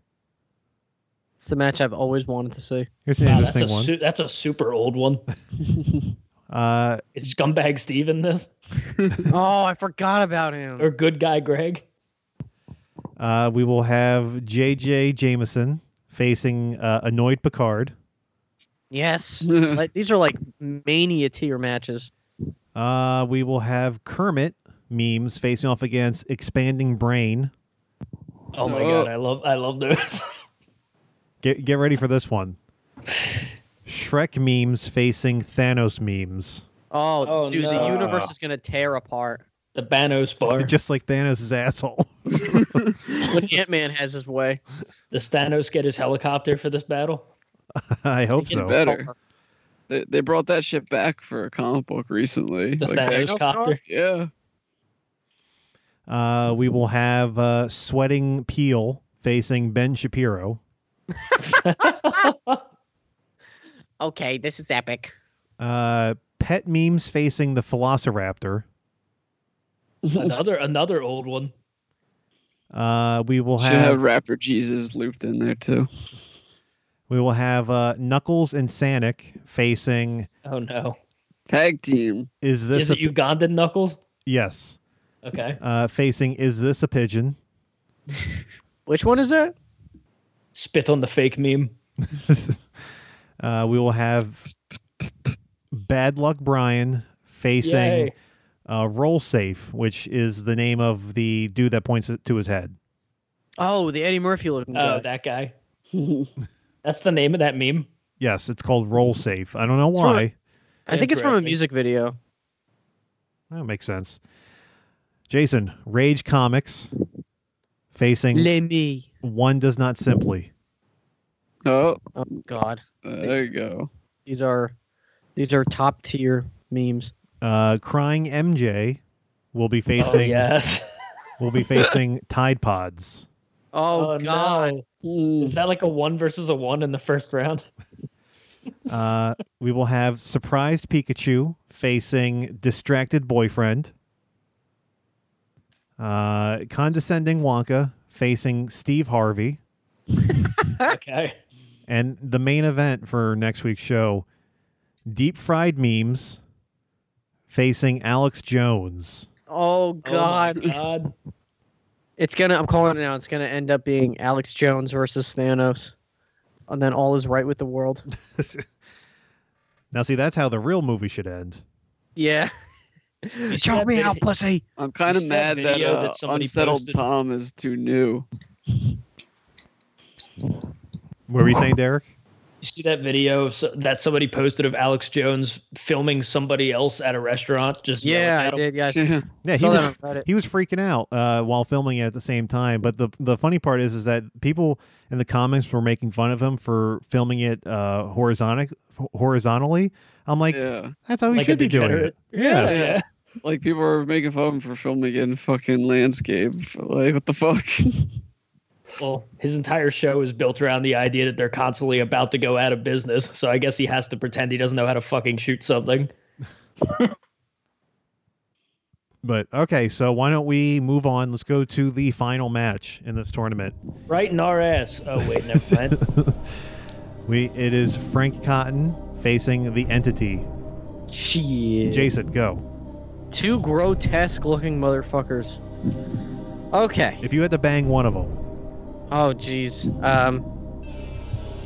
it's a match I've always wanted to see.
Here's an
Wow, that's
interesting
a
one.
su- that's a super old one.
uh,
Is scumbag Steve in this
oh, I forgot about him.
or good guy Greg?
uh, we will have JJ Jameson facing uh, Annoyed Picard.
Yes, like these are like mania tier matches.
Uh, we will have Kermit memes facing off against Expanding Brain.
Oh my
Oh.
god, I love I love those.
Get get ready for this one. Shrek memes facing Thanos memes,
Oh,
Oh,
dude, the
no.
universe is gonna tear apart
the Banos bar,
just like Thanos' asshole.
when Ant Man has his way.
does Thanos get his helicopter for this battle?
I hope
He
so.
gets
Better.
taller.
They, they brought that shit back for a comic book recently.
The
Like, that's-
Thanos, copter.
yeah.
Uh, we will have uh, sweating Peel facing Ben Shapiro.
Okay, this is epic.
Uh, pet memes facing the Velociraptor.
another another old one.
Uh, we will
Should have
have,
rapper Jesus looped in there too.
we will have uh, Knuckles and Sonic facing.
Oh no,
Tag team.
Is
is
this a,
it Ugandan Knuckles?
yes?
Okay,
Uh, facing is this a pigeon?
Which one is that?
spit on the fake meme.
uh, we will have Bad Luck Brian facing
Yay.
uh, Roll Safe, which is the name of the dude that points it to his head.
Oh, the Eddie Murphy looking guy.
Oh, that guy. That's the name of that meme.
Yes, it's called Roll Safe. I don't know
Huh.
why.
I think it's from a
Interesting.
music video.
That makes sense. Jason, Rage Comics facing
Let me.
One Does Not Simply.
Oh,
Oh God,
there you go.
these are these are top tier memes.
Uh, Crying MJ will be
Oh,
facing
yes.
will be facing Tide Pods.
Oh, God,
no.
Oh,
Is that like a one versus a one in the first round?
Uh, we will have surprised Pikachu facing distracted boyfriend. Uh, condescending Wonka facing Steve Harvey,
okay.
and the main event for next week's show: deep fried memes facing Alex Jones.
oh
Oh, my
God,
God.
it's gonna. I'm calling it now. It's gonna end up being Alex Jones versus Thanos, and then all is right with the world.
Now, see, that's how the real movie should end.
Yeah. Choke
that
me
vid-
out, pussy.
I'm kind of
that
mad that,
video
uh,
that somebody
Unsettled
posted?
Tom is too new.
What were you saying, Derek?
You see that video of, so- that somebody posted of Alex Jones filming somebody else at a restaurant? Just yelling
Yeah,
at
I
him?
did, guys.
Yeah.
Yeah, he
Saw that
was
on Reddit.
he was freaking out uh, while filming it at the same time. But the the funny part is is that people in the comments were making fun of him for filming it uh, horizontally. Horizontally, I'm like,
yeah.
that's how Oh, he
Like a
should be doing it. Yeah.
degenerate. yeah.
Like people are making fun of him for filming in fucking landscape. Like what the fuck?
Well, his entire show is built around the idea that they're constantly about to go out of business. So I guess he has to pretend he doesn't know how to fucking shoot something.
But okay, so why don't we move on? Let's go to the final match in this tournament.
Right in our ass. Oh wait, never mind.
We it is Frank Cotton facing the entity.
Shit.
Jason, go.
Two grotesque looking motherfuckers. Okay.
If you had to bang one of them,
Oh, jeez. Um,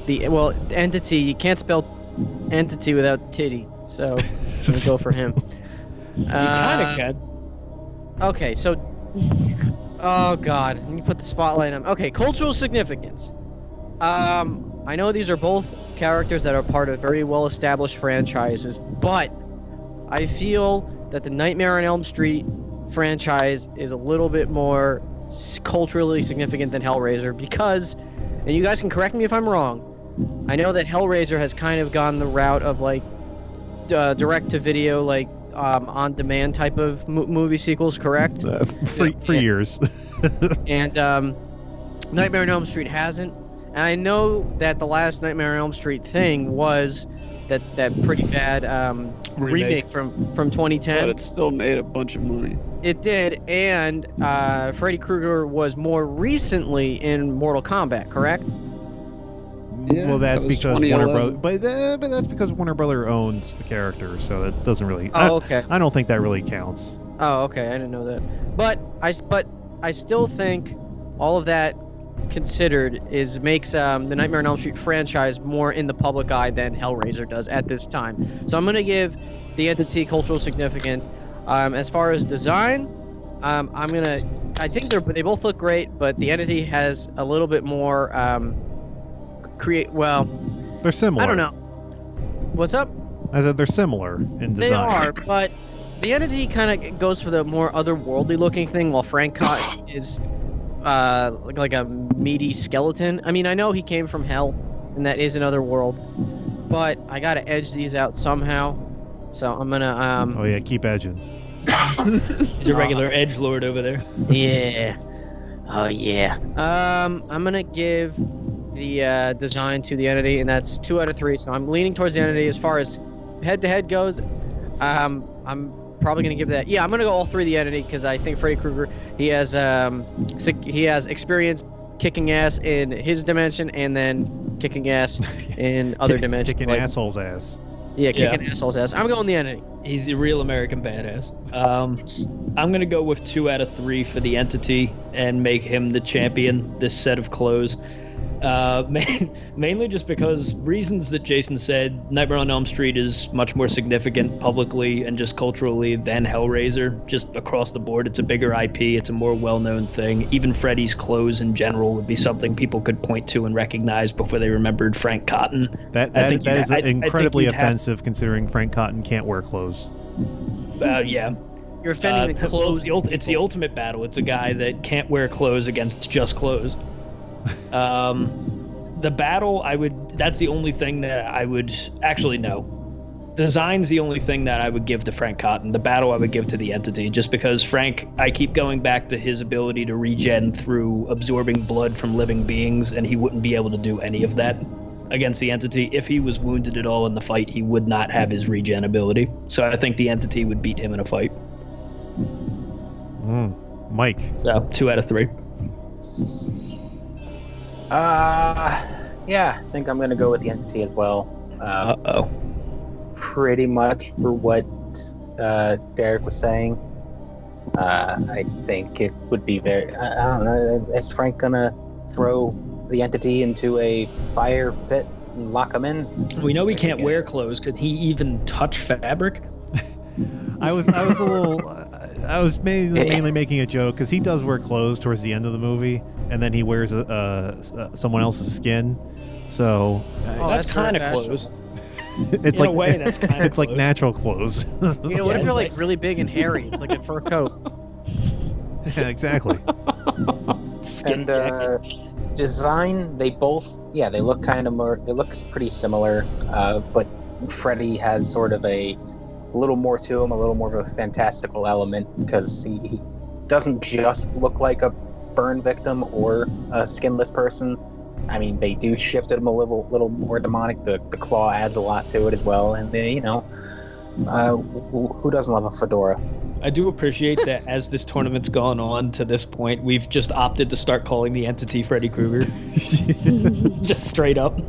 the well entity you can't spell entity without titty, so I'm gonna go for him.
You kind
Uh,
of can.
Okay, so. Oh God, you put the spotlight on. Okay, cultural significance. Um, I know these are both characters that are part of very well-established franchises, but I feel that the Nightmare on Elm Street franchise is a little bit more s- culturally significant than Hellraiser because, and you guys can correct me if I'm wrong. I know that Hellraiser has kind of gone the route of like d- uh, direct-to-video, like um, on-demand type of mo- movie sequels, correct?
uh, f- for, for
Yeah.
years.
and um, Nightmare on Elm Street hasn't. And I know that the last Nightmare on Elm Street thing was that that pretty bad um, remake. from from 2010.
But it still made a bunch of money.
It did, and uh, Freddy Krueger was more recently in Mortal Kombat, correct?
Yeah,
well, that's
that was
because Warner
2011.
Brother, but, uh, but that's because Warner Brother owns the character, so that doesn't really. I-
Oh, okay.
I don't think that really counts.
Oh, okay. I didn't know that. But I s- but I still think all of that considered is makes um, the Nightmare on Elm Street franchise more in the public eye than Hellraiser does at this time. So I'm gonna give the entity cultural significance. Um, as far as design, um, I'm gonna. I think they're they both look great, but the entity has a little bit more um, create. Well,
They're similar.
I don't know. What's up?
I said they're similar in design.
They are, but the entity kind of goes for the more otherworldly looking thing, while Frank Cotton is uh, like, like a meaty skeleton. I mean, I know he came from hell, and that is another world, but I gotta edge these out somehow. So I'm gonna
Oh
um
yeah, keep edging.
He's a regular edge lord over there.
yeah, oh yeah. Um, I'm gonna give the uh, design to the entity, and that's two out of three. So I'm leaning towards the entity as far as head to head goes. Um, I'm probably gonna give that. Yeah, I'm gonna go all three the entity because I think Freddy Krueger he has um sig- he has experience kicking ass in his dimension and then kicking ass in other
Kick-
dimensions.
Kicking
like-
asshole's ass.
Yeah, kicking assholes ass. I'm going the entity.
He's a real American badass. Um, I'm gonna go with two out of three for the entity and make him the champion. This set of clothes, uh, main, mainly just because reasons that Jason said. Nightmare on Elm Street is much more significant publicly and just culturally than Hellraiser. Just across the board, it's a bigger IP. It's a more well-known thing. Even Freddy's clothes in general would be something people could point to and recognize before they remembered Frank Cotton.
That
I
that,
think
that
you'd
is
ha- I- I think
incredibly
you'd have-
offensive considering Frank Cotton can't wear clothes.
Uh, yeah,
You're offending
Uh,
the
clothes, the ult- it's the ultimate battle. It's a guy that can't wear clothes against just clothes. Um, the battle, I would. That's the only thing that I would actually know. Design's the only thing that I would give to Frank Cotton. The battle I would give to the entity, just because Frank, I keep going back to his ability to regen through absorbing blood from living beings, and he wouldn't be able to do any of that against the entity. If he was wounded at all in the fight, he would not have his regen ability. So I think the entity would beat him in a fight.
Mm. Mike,
So two out of three.
Uh, yeah, I think I'm gonna go with the entity as well. Uh,
Uh oh.
pretty much for what uh, Derek was saying. Uh, I think it would be very. I, I don't know. Is Frank gonna throw the entity into a fire pit and lock him in?
We know he can't wear clothes. Could he even touch fabric?
I was I was a little I- I was mainly, mainly making a joke because he does wear clothes towards the end of the movie, and then he wears a, a, a someone else's skin. So
Oh,
uh,
that's
that's very
kind of
fashionable.
clothes.
it's
in a
like
way, that's kinda
it's like
close.
natural clothes.
You know, what
Yeah,
if you're
it's
like really big and hairy? It's like a fur coat.
yeah, exactly.
Skin
And uh, design, they both. Yeah, they look kind of more. They look pretty similar. Uh, but Freddy has sort of a little more to him, a little more of a fantastical element because he, he doesn't just look like a burn victim or a skinless person. I mean, they do shift him a little, little more demonic. The, the claw adds a lot to it as well, and they, you know, uh, who, who doesn't love a fedora?
I do appreciate that as this tournament's gone on to this point, we've just opted to start calling the entity Freddy Krueger. just straight up.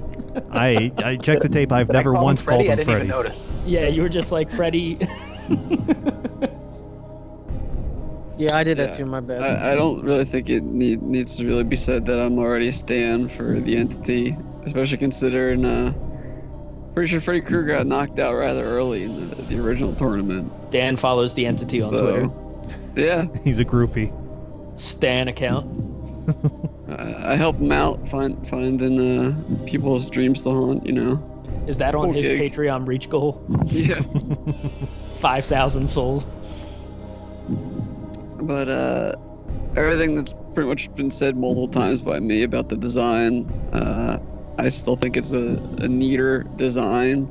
I I checked the tape. I've
Did I
never
call him
once
Freddy? I
called him Freddy.
didn't even notice.
Yeah, you were just like Freddy.
Yeah, I did that
Yeah.
too. My bad.
Uh,
I, I don't really think it need, needs to really be said that I'm already a stan for the entity, especially considering. Uh, pretty sure Freddy Krueger got knocked out rather early in the, the original tournament.
Dan follows the entity on Twitter.
So, yeah,
He's a groupie.
Stan account.
I, I help him out find finding uh, people's dreams to haunt. You know.
Is that on his
Okay.
Patreon reach goal?
Yeah.
Five thousand souls.
but uh, everything that's pretty much been said multiple times by me about the design, uh, I still think it's a, a neater design.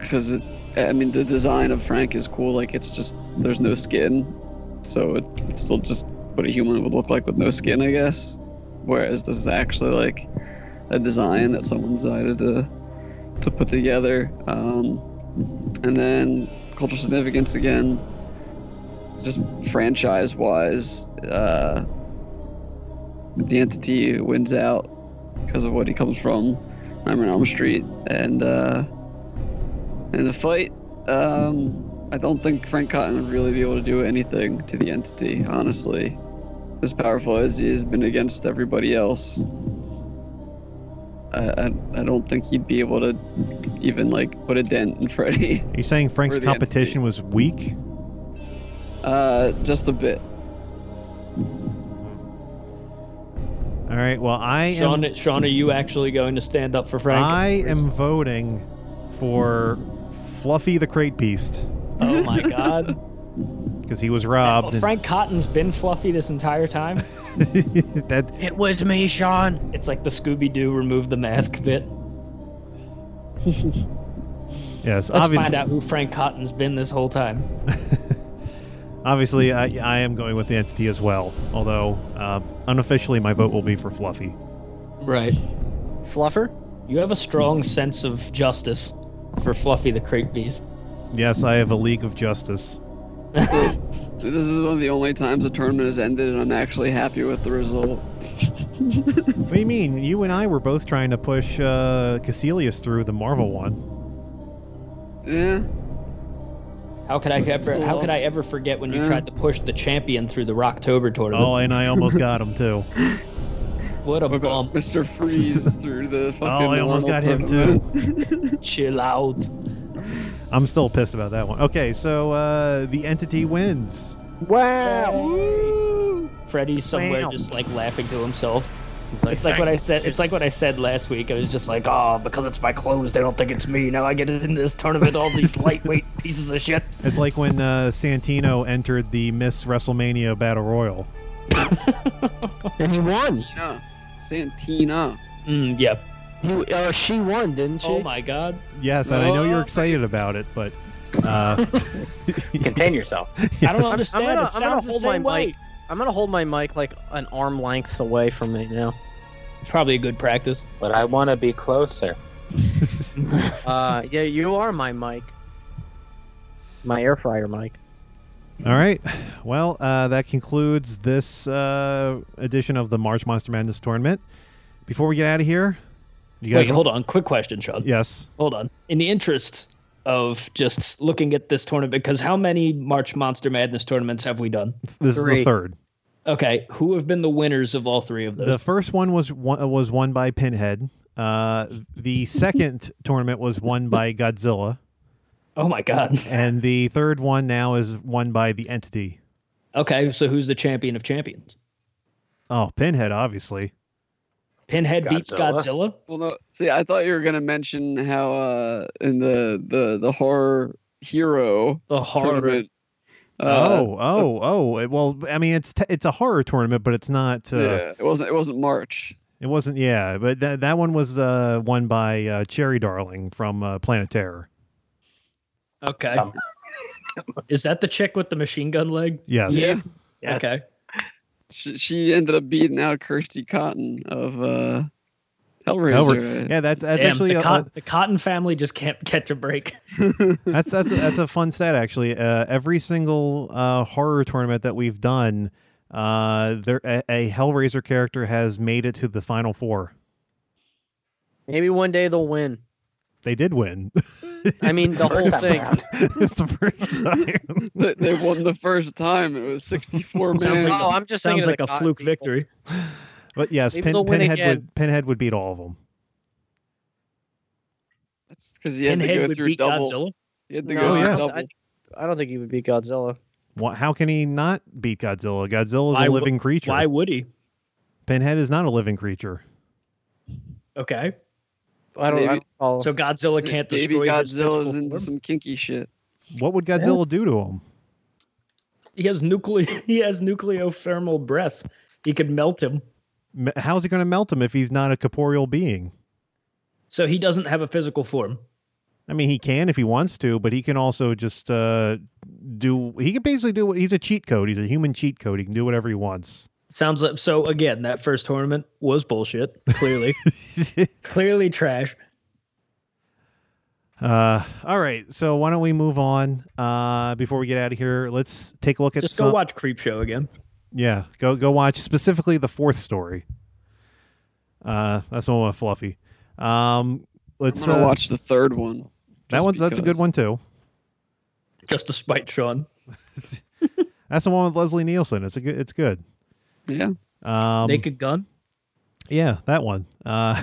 Because, it I mean, the design of Frank is cool. Like, it's just, there's no skin. So it, it's still just what a human would look like with no skin, I guess. Whereas this is actually like a design that someone decided to, to put together. Um, and then cultural significance again just franchise wise uh the entity wins out because of what he comes from Nightmare on Elm Street and uh in the fight um I don't think Frank Cotton would really be able to do anything to the entity honestly as powerful as he has been against everybody else I, I, I don't think he'd be able to even like put a dent in Freddy
Are you saying Frank's
Or the
competition was weak?
Uh, just a bit.
All right. Well, I am.
Sean, Sean, are you actually going to stand up for Frank?
I am voting for Fluffy the Crate Beast
Oh my God!
because he was robbed. and-
Frank Cotton's been fluffy this entire time.
that
it was me, Sean.
It's like the Scooby Doo remove the mask bit.
yes,
Let's
obviously.
find out who Frank Cotton's been this whole time.
Obviously, I, I am going with the entity as well. Although uh, unofficially, my vote will be for Fluffy.
Right.
Fluffer.
You have a strong sense of justice for Fluffy the Crate Beast.
Yes, I have a League of Justice.
This is one of the only times the tournament has ended, and I'm actually happy with the result.
What do you mean? You and I were both trying to push uh, Caecilius through the Marvel one.
yeah,
How could I
But you
ever?
still
How could
lost.
I ever forget when you
Uh-huh.
Yeah.
tried to push the champion through the Rocktober tournament?
Oh, and I almost got him too.
what a
what about
bum!
Mr. Freeze through the fucking.
Oh, I almost got
Marvel
him
tournament?
too.
Chill out.
I'm still pissed about that one. Okay, so uh, the entity wins.
Wow. Freddy's somewhere
Wow.
just like laughing to himself. it's like what I said. It's like what I said last week. I was just like, oh, because it's my clothes, they don't think it's me. Now I get in this tournament, all these lightweight pieces of shit.
It's like when uh, Santino entered the Miss WrestleMania Battle Royal.
And he won.
Santina. Santina.
Mm, yeah.
He, uh, she won, didn't she?
Oh my god.
Yes, and I know you're excited about it, but uh,
Contain yourself.
I don't
yes.
understand.
gonna-
it
I'm gonna
sounds the
hold
same
my
way.
mic. I'm gonna hold my mic like an arm length away from me now.
It's probably a good practice.
But I want to be closer.
Uh, yeah, you are my mic. My air fryer mic.
All right. Well, uh, that concludes this uh, edition of the March Monster Madness tournament. Before we get out of here, you guys.
Wait, hold on. Quick question, Sean.
Yes.
Hold on. In the interest of just looking at this tournament, because how many March Monster Madness tournaments have we done?
This is the
Three.
third.
Okay, who have been the winners of all three of those?
The first one was won, was won by Pinhead. Uh, the second tournament was won by Godzilla,
oh my god.
and the third one now is won by the Entity.
Okay, so who's the champion of champions?
Oh, Pinhead, obviously.
Pinhead beats
Godzilla.
Godzilla.
Well, no. See, I thought you were gonna mention how uh in the the the horror hero
The horror.
tournament. Uh,
oh, oh, oh. It- Well, I mean, it's t- it's a horror tournament, but it's not. Uh,
yeah. It wasn't. It wasn't March.
It wasn't. Yeah, but that that one was uh, won by uh, Cherry Darling from uh, Planet Terror.
Okay,
Some-
is that the chick with the machine gun leg?
Yes.
Yeah.
Yes.
Okay,
she, she ended up beating out Kirsty Cotton of uh,
Hellra-
Hellraiser.
Yeah, that's that's
Damn,
actually uh,
the,
a,
Cot- the Cotton family just can't catch a break.
that's that's that's a fun stat actually. Uh, every single uh, horror tournament that we've done, uh, there a, a Hellraiser character has made it to the final four.
Maybe one day they'll win.
They did win.
I mean, the whole
First
thing.
round.
it's the first time.
They, they won the first time. It was 64
Sounds
man.
like-
Oh, I'm just thinking
Sounds
of
like
the
a
cotton
fluke
people.
victory.
But yes,
Maybe
Pin,
they'll win
Pinhead
again.
would Pinhead would beat all of them.
That's because he had to
Pinhead
go
would
through
beat
double.
Godzilla.
He had to
No,
go
Oh,
through
yeah.
double.
I, I don't think he would beat Godzilla.
Wha how can he not beat Godzilla? Godzilla is
Why
a
wo-
living creature.
Why would he?
Pinhead is not a living creature.
Okay,
I don't. I
Maybe-
don't follow.
so Godzilla can't
Maybe
destroy his
Godzilla's
physical
into
form?
some kinky shit.
What would Godzilla do to him?
He has nuclear. He has nucleothermal breath. He could melt him.
M- How's he going to melt him if he's not a corporeal being?
So he doesn't have a physical form.
I mean, he can if he wants to, but he can also just uh, do. He can basically do. what- He's a cheat code. He's a human cheat code. He can do whatever he wants.
Sounds like so. Again, that first tournament was bullshit. Clearly, clearly trash.
uh, all right. So why don't we move on? Uh, before we get out of here, let's take a look at
Just
some.
go watch Creep Show again.
Yeah, go go watch specifically the fourth story. Uh, that's the one with Fluffy. Um,
I'm
let's
gonna
uh,
watch the third one.
that
just
one's that's a good
because.
one too.
Just to spite Sean.
That's the one with Leslie Nielsen. It's a good. It's good.
Yeah.
Um,
Naked Gun.
yeah, that one. Uh,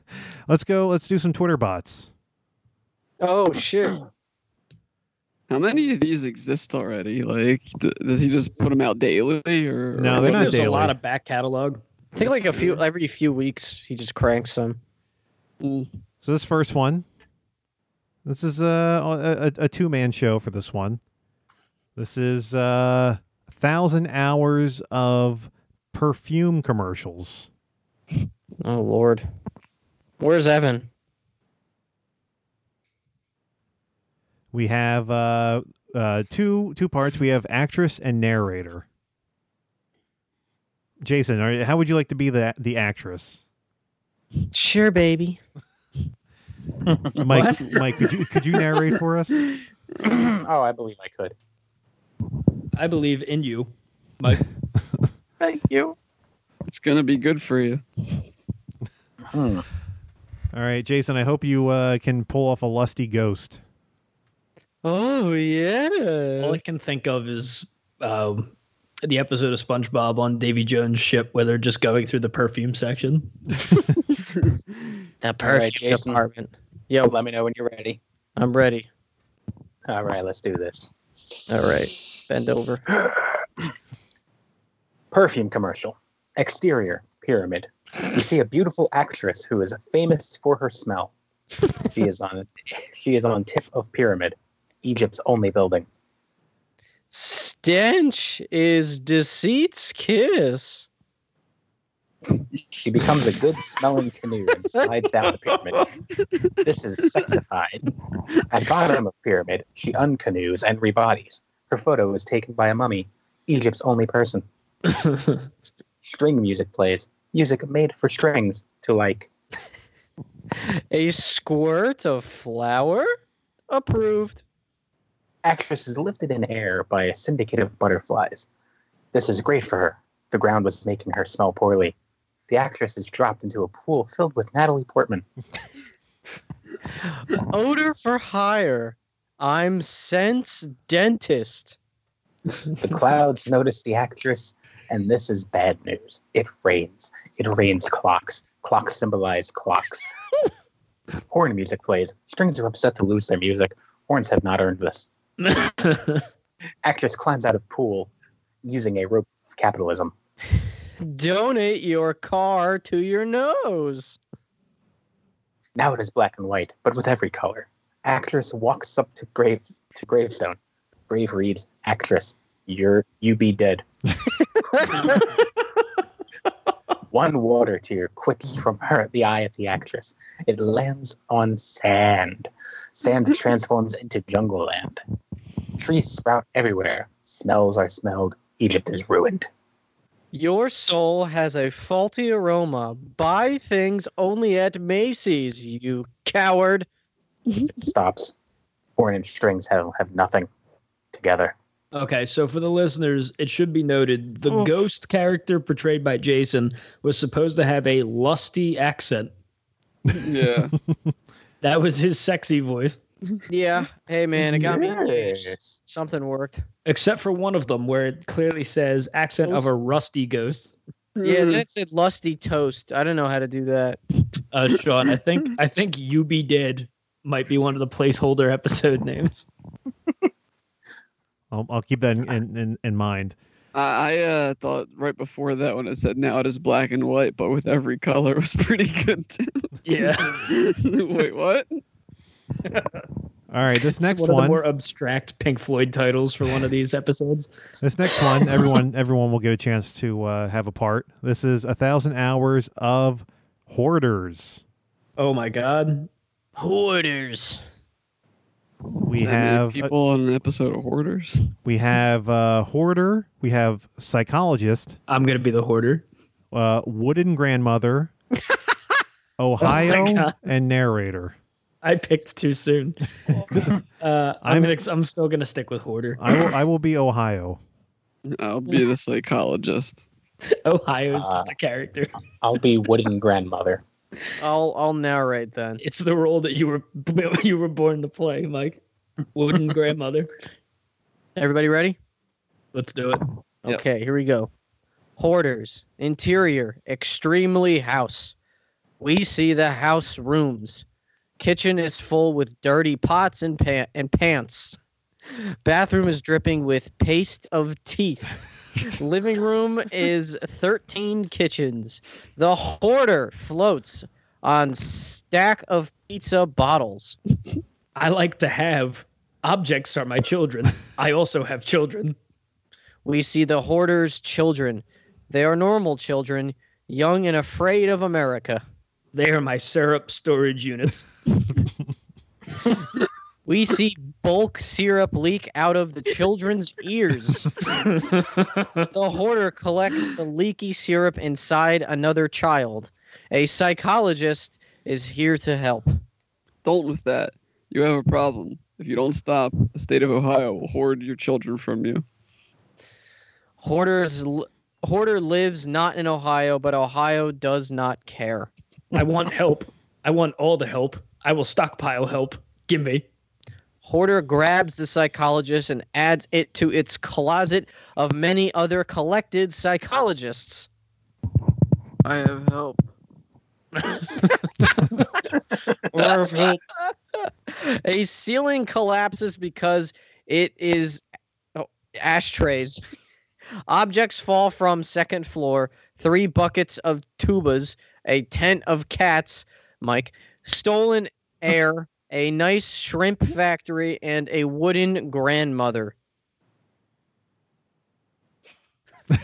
let's go. Let's do some Twitter bots.
oh shit!
How many of these exist already? Like, th- does he just put them out daily, or
No,
or
they're
what
not
There's
daily.
a lot of back catalog.
I think like a few every few weeks he just cranks them.
is-
So this first one, this is uh, a a, a two man show for this one. This is uh, thousand hours of perfume commercials.
Oh lord, where's Evan?
We have uh, uh, two two parts. We have actress and narrator. Jason, are, how would you like to be the the actress?
Sure, baby.
Mike,
What?
Mike, could you could you narrate for us?
oh, I believe I could.
I believe in you, Mike.
Thank you.
It's gonna be good for you.
All right, Jason, I hope you uh, can pull off a lusty ghost.
Oh
All
yeah.
I can think of is um, the episode of SpongeBob on Davy Jones' ship where they're just going through the perfume section.
That
All right,
perfume
Jason.
department. Yo,
Let me know when you're ready.
I'm ready.
All right, let's do this.
All right, bend over.
Perfume commercial. Exterior pyramid. You see a beautiful actress who is famous for her smell. She is on she is on tip of pyramid, Egypt's only building.
Stench is deceit's kiss.
She becomes a good smelling canoe and slides down the pyramid. This is sexified. At bottom of pyramid, she uncanoes and rebodies. Her photo is taken by a mummy, Egypt's only person. String music plays. Music made for strings to like.
A squirt of flour? Approved.
Actress is lifted in air by a syndicate of butterflies. This is great for her. The ground was making her smell poorly. The actress is dropped into a pool filled with Natalie Portman.
Odor for hire. I'm sense dentist.
The clouds notice the actress, and this is bad news. It rains. It rains clocks. Clocks symbolize clocks. Horn music plays. Strings are upset to lose their music. Horns have not earned this. Actress climbs out of pool using a rope of capitalism.
Donate your car to your nose.
Now it is black and white, but with every color. Actress walks up to grave to gravestone. Grave reads, "Actress, you're you be dead." One water tear quits from her the eye of the actress. It lands on sand. Sand transforms into jungle land. Trees sprout everywhere. Smells are smelled. Egypt is ruined.
Your soul has a faulty aroma. Buy things only at Macy's, you coward.
It stops. Horn and strings have, have nothing together.
okay, so for the listeners, it should be noted the
Oh.
ghost character portrayed by Jason was supposed to have a lusty accent.
Yeah.
That was his sexy voice.
Yeah. Hey man, it got me engaged. Something worked.
Except for one of them where it clearly says accent of a rusty ghost.
Yeah,
Mm-hmm.
Hmm.
then it said lusty toast. I don't know how to do that.
Uh Sean, I think I think you be dead might be one of the placeholder episode names.
I'll, I'll keep that in, in, in, in mind.
I, I uh, thought right before that when it said now it is black and white, but with every color was pretty good. too.
Yeah.
Wait, what?
All right, this next
one, of the
one,
more abstract Pink Floyd titles for one of these episodes.
this next one, everyone, everyone will get a chance to uh, have a part. This is a thousand hours of hoarders.
Oh my god.
Hoarders.
We
That many
have a-
people on an episode of Hoarders.
we have uh, hoarder. We have psychologist,
I'm gonna be the hoarder.
uh, wooden grandmother, Ohio,
Oh God.
and narrator.
I picked too soon. uh,
I'm-
I'm, gonna, I'm still gonna stick with hoarder.
I will I will be Ohio.
I'll be the psychologist.
Ohio's
Ah.
just a character.
I'll be wooden grandmother.
I'll I'll narrate then.
It's the role that you were you were born to play, Mike. Wooden grandmother.
Everybody ready?
Let's do it.
Yep.
Okay, here we go. Hoarders, interior, extremely house. We see the house rooms. Kitchen is full with dirty pots and, pa- and pants. Bathroom is dripping with paste of teeth. Living room is 13 kitchens. The hoarder floats on stack of pizza bottles.
I like to have objects are my children. I also have children.
We see the hoarder's children. They are normal children, young and afraid of America.
They are my syrup storage units.
We see bulk syrup leak out of the children's ears. the hoarder collects the leaky syrup inside another child. A psychologist is here to help.
Don't with that. You have a problem. If you don't stop, the state of Ohio will hoard your children from you.
Hoarders l- hoarder lives not in Ohio, but Ohio does not care.
I want help. I want all the help. I will stockpile help. Give me.
Hoarder grabs the psychologist and adds it to its closet of many other collected psychologists.
I have help.
Or help.
a ceiling collapses because it is oh, ashtrays. Objects fall from second floor. Three buckets of tubas, a tent of cats, Mike, stolen air, a nice shrimp factory, and a wooden grandmother.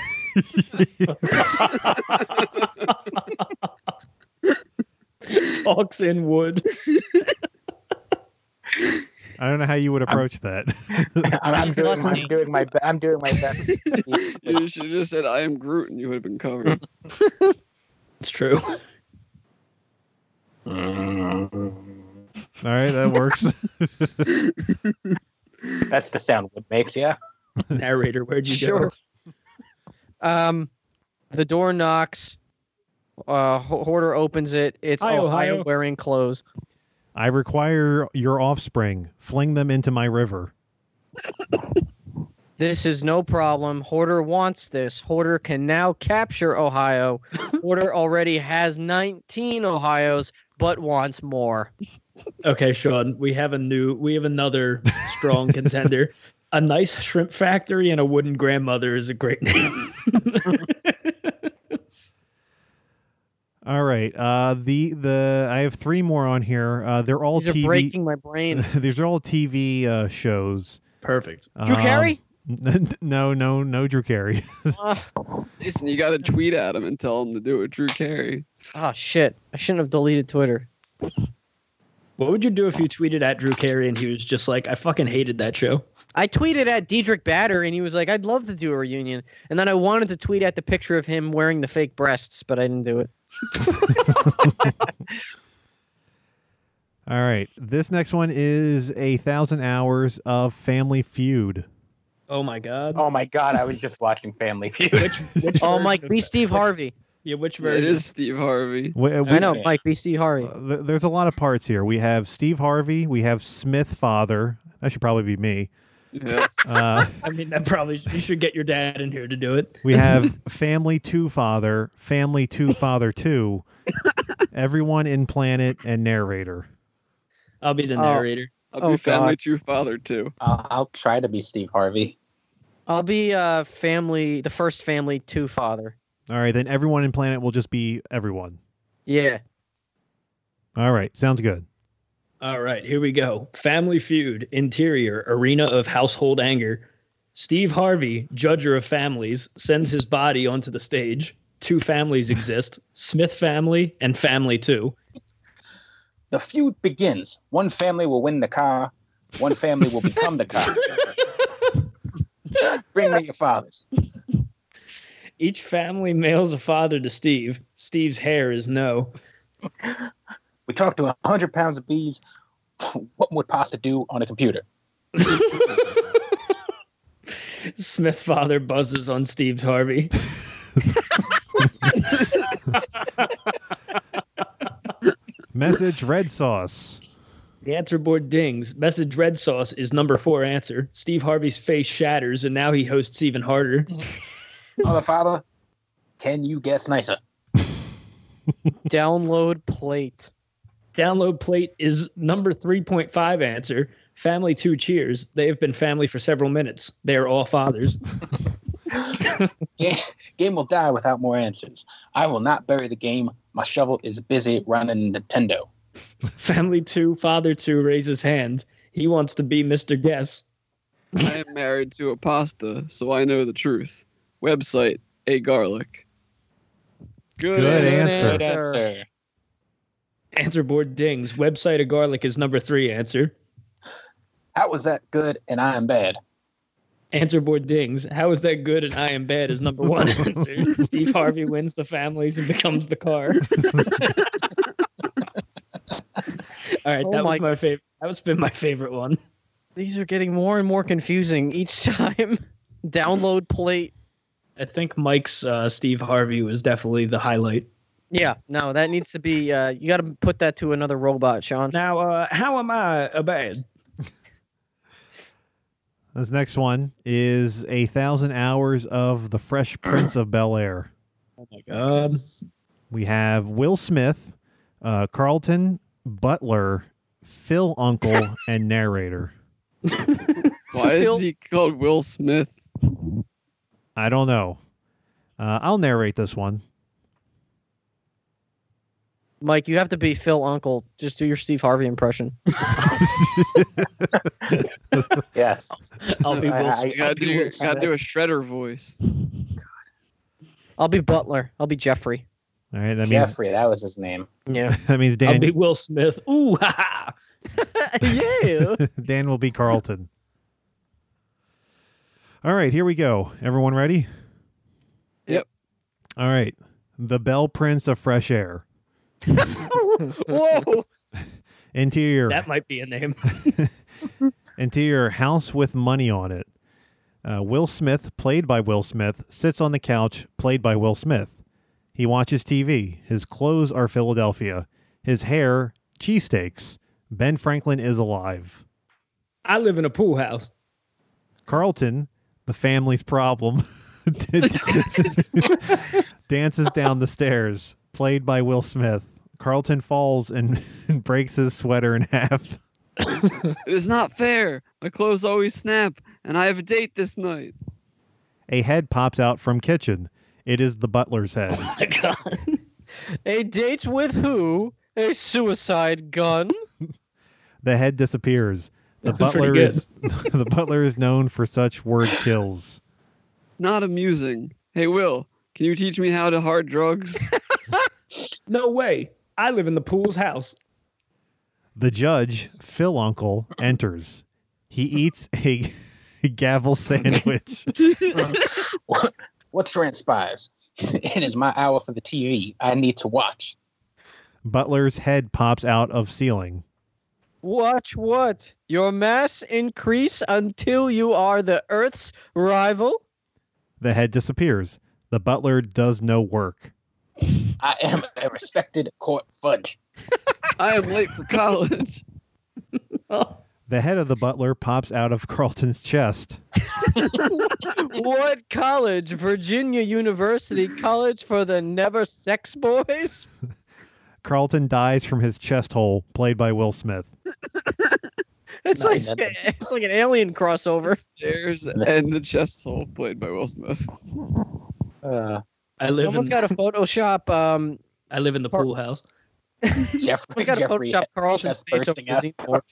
Talks in wood.
I don't know how you would approach that.
I'm, I'm doing, my-
Rusty.
I'm doing my be- I'm doing my best.
You should have just said, I am Groot, and you would have been covered.
It's true.
All right, that works.
That's the sound wood makes, yeah.
Narrator, where'd you
Sure. Um, the door knocks. Uh, ho- hoarder opens it. It's
Hi,
Ohio
Ohio.
wearing clothes.
I require your offspring. Fling them into my river.
This is no problem. Hoarder wants this. Hoarder can now capture Ohio. Hoarder already has 19 Ohio's, but wants more.
go? Okay, Sean. We have a new. We have another strong contender. A nice shrimp factory and a wooden grandmother is a great name.
All right. Uh, the the I have three more on here. Uh, they're all
These
TV.
are breaking my brain.
These are all TV uh, shows.
Perfect.
Drew
Um,
Carey?
no, no, no, Drew Carey.
Uh,
Jason, you got to tweet at him and tell him to do it. Drew Carey.
oh, shit. I shouldn't have deleted Twitter.
What would you do if you tweeted at Drew Carey and he was just like, "I fucking hated that show."
I tweeted at Diedrich Bader, and he was like, I'd love to do a reunion. And then I wanted to tweet at the picture of him wearing the fake breasts, but I didn't do it.
All right. This next one is a thousand hours of Family Feud.
Oh my god.
Oh my god, I was just watching Family Feud.
Which, which
Oh,
version
Mike,
of
be
that-
Steve Harvey.
Yeah, which version?
It is Steve Harvey.
We, uh,
I know,
Yeah.
Mike. Be Steve Harvey.
Uh, th- there's a lot of parts here. We have Steve Harvey. We have Smith father. That should probably be me.
Yeah.
Uh,
I mean, that probably you should get your dad in here to do it.
we have family two father, family two father two, everyone in planet and narrator.
I'll be the
Oh.
narrator.
I'll
Oh,
be
God.
family two father too.
I'll, I'll try to be Steve Harvey.
I'll be uh family, the first family two father.
All right, then everyone in planet will just be everyone.
Yeah.
All right, sounds good.
All right, here we go. Family Feud, Interior, Arena of Household Anger. Steve Harvey, judger of families, sends his body onto the stage. Two families exist Smith family and family two.
The feud begins. One family will win the car. One family will become the car. Bring me your fathers.
Each family mails a father to Steve. Steve's hair is no.
We talked to 100 pounds of bees. What would pasta do on a computer?
Smith's father buzzes on Steve's Harvey.
Message red sauce.
The answer board dings. Message red sauce is number four answer. Steve Harvey's face shatters, and now he hosts even harder.
Mother, father, can you guess nicer?
Download plate.
Download plate is number 3.5 answer. Family two cheers. They have been family for several minutes. They are all fathers.
Game, game will die without more answers. I will not bury the game. My shovel is busy running Nintendo.
family two, father two raises hand. He wants to be Mr. Guess.
I am married to a pasta, so I know the truth. Website a garlic. Good.
Good answer.
Good answer.
Answer board dings. Website of garlic is number three answer.
How was that good and I am bad?
Answer board dings. How is that good and I am bad is number one answer. Steve Harvey wins the families and becomes the car. All right,
Oh my-
that was my favorite. That was been my favorite one.
These are getting more and more confusing each time. Download plate.
I think Mike's uh, Steve Harvey was definitely the highlight.
Yeah, no, that needs to be. Uh, you got to put that to another robot, Sean.
Now, uh, how am I a bad?
This next one is a thousand hours of the Fresh Prince of Bel Air.
Oh my god!
We have Will Smith, uh, Carlton Butler, Phil Uncle, and narrator.
Why is
Phil-
he called Will Smith?
I don't know. Uh, I'll narrate this one.
Mike, you have to be Phil Uncle. Just do your Steve Harvey impression.
Yes.
I'll be Will
I-
Smith.
You gotta
do
do,
Will
you gotta do a shredder voice.
I'll be Butler. I'll be Jeffrey.
All right, that means
Jeffrey, that was his name.
Yeah.
that means
I'll
Dan
be Will Smith. Ooh, ha, ha.
yeah.
Dan will be Carlton. All right, here we go. Everyone ready?
Yep.
All right. The Bell Prince of Fresh Air.
Whoa.
Interior.
that might be a name.
Interior house with money on it. Uh, Will Smith, played by Will Smith, sits on the couch, played by Will Smith. He watches TV. His clothes are Philadelphia. His hair, cheesesteaks. Ben Franklin is alive.
I live in a pool house.
Carlton, the family's problem, dances down the stairs, played by Will Smith. Carlton falls and, and breaks his sweater in half.
It is not fair. My clothes always snap, and I have a date this night.
A head pops out from kitchen. It is the butler's head.
Oh my god!
A date with who? A suicide gun.
The head disappears. The
That's pretty
butler
good.
is the butler is known for such word kills.
Not amusing. Hey, Will, can you teach me how to hard drugs?
No way! I live in the pool's house.
The judge, Phil Uncle, enters. He eats a gavel sandwich.
What transpires? it is my hour for the TV. I need to watch.
Butler's head pops out of ceiling.
Watch what? Your mass increase until you are the Earth's rival?
The head disappears. The butler does no work.
I am a respected court fudge.
I am late for college.
Oh.
The head of the butler pops out of Carlton's chest.
what college? Virginia University College for the Never Sex Boys?
Carlton dies from his chest hole, played by Will Smith.
It's
No,
like
that doesn't-
it's like an alien crossover.
Stairs and the chest hole played by Will Smith.
Uh,
I live in
Someone's got a Photoshop. Um,
I live in the pool house. Oh,
Jeff,
we got a
Jeffrey,
Photoshop Carlton's
chest
face over
bursting out.
his earport.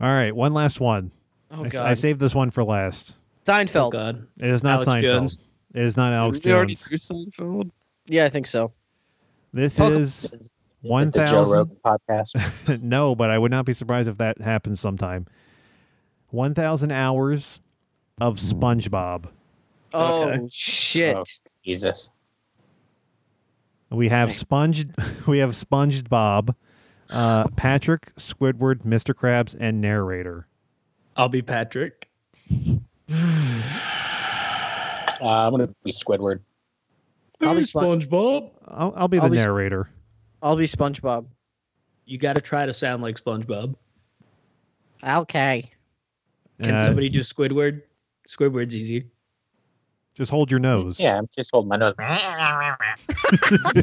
All right, one last one.
Oh
I,
god,
I saved this one for last.
Oh
Seinfeld.
God.
It is not
Alex
Seinfeld.
Jones.
It is not Alex
Did we already
Jones.
do Seinfeld?
Yeah, I think so.
This
Talk-
is one
With the Joe
thousand.
Rogan podcast.
no, but I would not be surprised if that happens sometime. One thousand hours of SpongeBob.
Oh
Okay.
shit!
Oh, Jesus.
We have
Right.
sponged. We have sponged Bob, uh, Patrick, Squidward, Mr. Krabs, and narrator.
I'll be Patrick.
Uh, I'm gonna be Squidward.
I'll be
Hey,
Spon-
SpongeBob.
I'll, I'll be the
I'll be s-
narrator.
I'll be SpongeBob.
You got to try to sound like SpongeBob.
Okay.
Can
Uh,
somebody do Squidward? Squidward's easier.
just hold your nose.
Yeah, I'm just holding my nose.
was like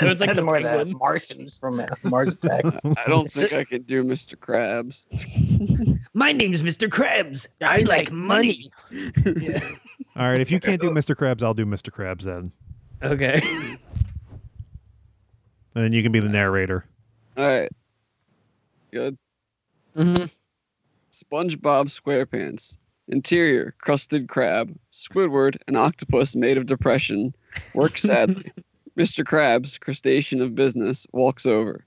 That's
the
more the
penguin.
Martians from Mars Attack.
I don't think I could do Mr. Krabs.
My name's Mr. Krabs. I like money. Yeah.
All right. If you can't do Mr. Krabs, I'll do Mr. Krabs then.
Okay.
And then you can be the narrator.
All right. Good.
Mm-hmm.
SpongeBob SquarePants. Interior, crusted crab, Squidward, an octopus made of depression. Works sadly. Mr. Krabs, crustacean of business, walks over.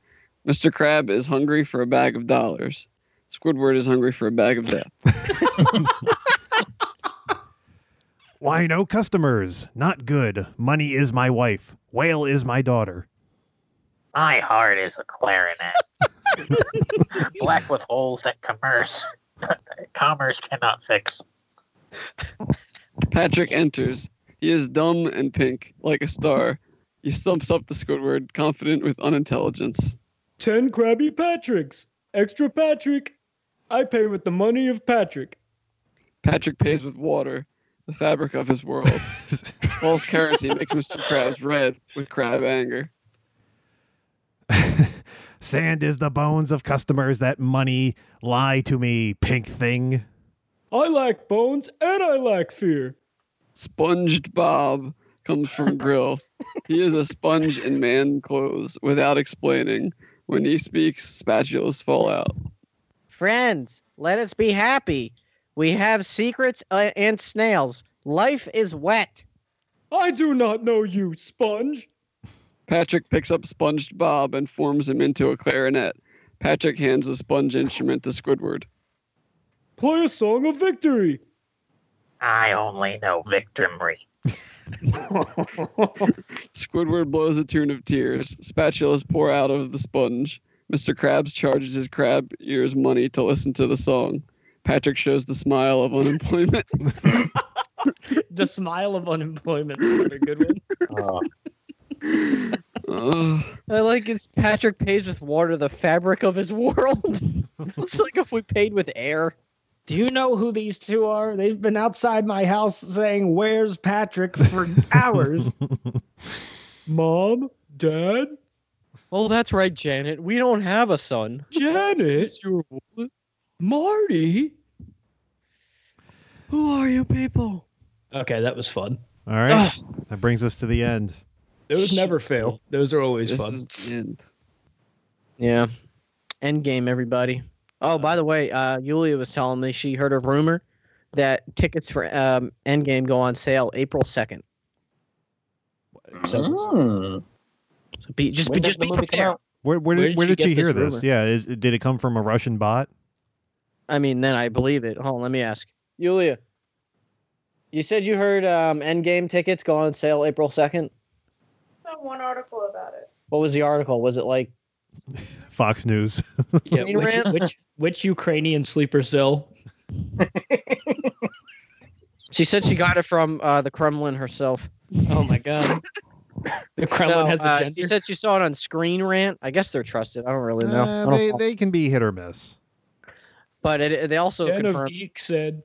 Mr. Crab is hungry for a bag of dollars. Squidward is hungry for a bag of death.
Why no customers? Not good. Money is my wife. Whale is my daughter.
My heart is a clarinet, black with holes that commerce commerce cannot fix.
Patrick enters. He is dumb and pink, like a star. He stumps up to Squidward, confident with unintelligence.
Ten Krabby Patricks. Extra Patrick. I pay with the money of Patrick.
Patrick pays with water, the fabric of his world. False currency makes Mr. Krabs red with crab anger.
Sand is the bones of customers that money lie to me, pink thing.
I like bones and I like fear.
Sponged Bob comes from Grill. He is a sponge in man clothes without explaining. When he speaks, spatulas fall out.
Friends, let us be happy. We have secrets uh, and snails. Life is wet.
I do not know you, Sponge.
Patrick picks up Sponged Bob and forms him into a clarinet. Patrick hands the sponge instrument to Squidward.
Play a song of victory.
I only know victory.
Squidward blows a tune of tears. Spatulas pour out of the sponge. Mr. Krabs charges his crab ears money to listen to the song. Patrick shows the smile of unemployment.
the smile of unemployment. Another good one.
Oh,
Ugh.
I like it's Patrick pays with water, the fabric of his world. it's like if we paid with air.
Do you know who these two are? They've been outside my house saying, Where's Patrick for hours? Mom, Dad,
Oh, that's right, Janet. We don't have a son.
Janet, Marty.
Who are you people?
Okay, that was fun.
All right. that brings us to the end.
Those never fail. Those are always
This
fun.
is the end.
Yeah. Endgame, everybody. Oh, by the way, uh, Yulia was telling me she heard a rumor that tickets for um, Endgame go on sale April 2nd.
So-
So be, just be,
Hmm. When does
just
the
be
movie come
prepared.
out?
Where, where, did, where did she
get
hear
this
this?
rumor?
Yeah. Is, did it come from a Russian bot?
I mean, then I believe it. Hold on, let me ask. Yulia, you said you heard um, Endgame tickets go on sale April 2nd.
saw one article about it.
What was the article? Was it like
Fox News.
Yeah,
Queen
which,
Ram?
which, which Ukrainian sleeper cell?
She said she got it from uh, the Kremlin herself.
Oh my god. The Kremlin
So,
has a
uh,
gender.
She said she saw it on Screen Rant. I guess they're trusted. I don't really know. I
Uh,
don't
they
follow-
they can be hit or miss.
but it, they also
Den of
confirmed.
Geek said,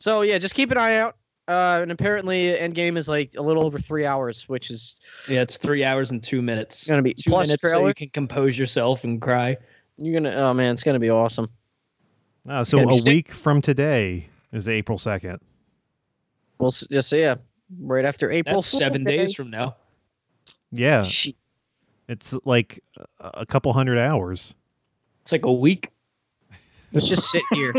So yeah, just keep an eye out. Uh, and apparently, Endgame is like a little over three hours, which is
yeah, it's three hours and two minutes.
gonna be
Two
plus
minutes so
trailer.
you can compose yourself and cry.
You're gonna, oh man, it's gonna be awesome.
Uh, so
Gotta be
a
sick.
week from today is April second.
We'll s- just yeah, right after April.
That's seven
Fool's Day.
days from now.
Yeah,
Shit.
it's like a- a couple hundred hours.
It's like a week.
Let's just sit here.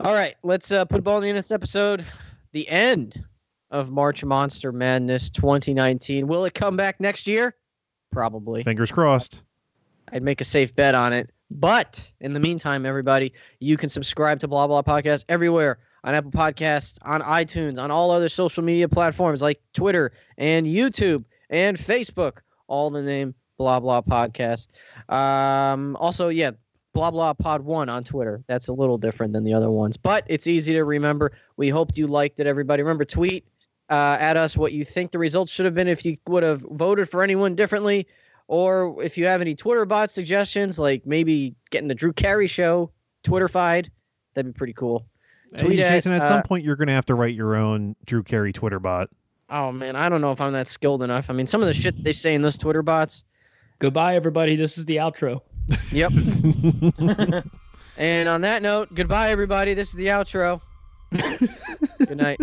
All right, let's uh, put a ball in the end of this episode. The end of March Monster Madness 2019. Will it come back next year? Probably.
Fingers crossed.
I'd make a safe bet on it. But in the meantime, everybody, you can subscribe to Blah Blah Podcast everywhere on Apple Podcasts, on iTunes, on all other social media platforms like Twitter and YouTube and Facebook, all in the name Blah Blah Podcast. Um, also, yeah, Blah Blah Pod One on Twitter. That's a little different than the other ones, but it's easy to remember. We hope you liked it, everybody. Remember, tweet uh, at us what you think the results should have been if you would have voted for anyone differently or if you have any Twitter bot suggestions, like maybe getting the Drew Carey show Twitterfied, that'd be pretty cool. Tweet
Hey,
at,
Jason, at
uh,
some point you're gonna have to write your own Drew Carey Twitter bot.
Oh man, I don't know if I'm that skilled enough. I mean, some of the shit they say in those Twitter bots.
Goodbye, everybody. This is the outro.
Yep. and on that note, goodbye, everybody. This is the outro. Good night.